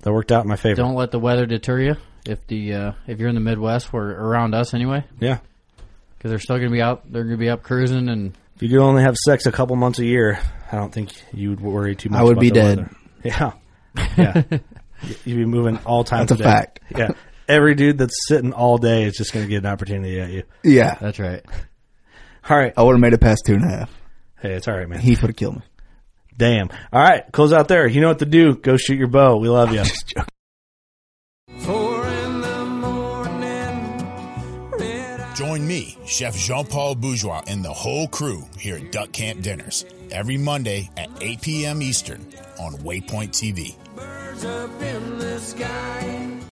Speaker 3: that worked out in my favor.
Speaker 5: Don't let the weather deter you. If the uh, if you're in the Midwest, or around us anyway,
Speaker 3: Yeah.
Speaker 5: because they're still gonna be out. They're gonna be up cruising, and
Speaker 3: If you could only have sex a couple months a year, I don't think you would worry too much.
Speaker 6: I would
Speaker 3: about
Speaker 6: be
Speaker 3: the
Speaker 6: dead.
Speaker 3: weather. Yeah, yeah. You'd be moving all time.
Speaker 6: That's a
Speaker 3: today.
Speaker 6: fact.
Speaker 3: Yeah, every dude that's sitting all day is just going to get an opportunity at you.
Speaker 6: Yeah.
Speaker 5: that's right.
Speaker 3: All right.
Speaker 6: I would have made it past two and a half.
Speaker 3: Hey, it's all right, man.
Speaker 6: He would have killed me.
Speaker 3: Damn. All right, close out there. You know what to do. Go shoot your bow. We love you.
Speaker 6: Just joking.
Speaker 8: Join me, Chef Jean Paul Bourgeois, and the whole crew here at Duck Camp Dinners every Monday at 8 p.m. Eastern on Waypoint TV.
Speaker 9: up in the sky.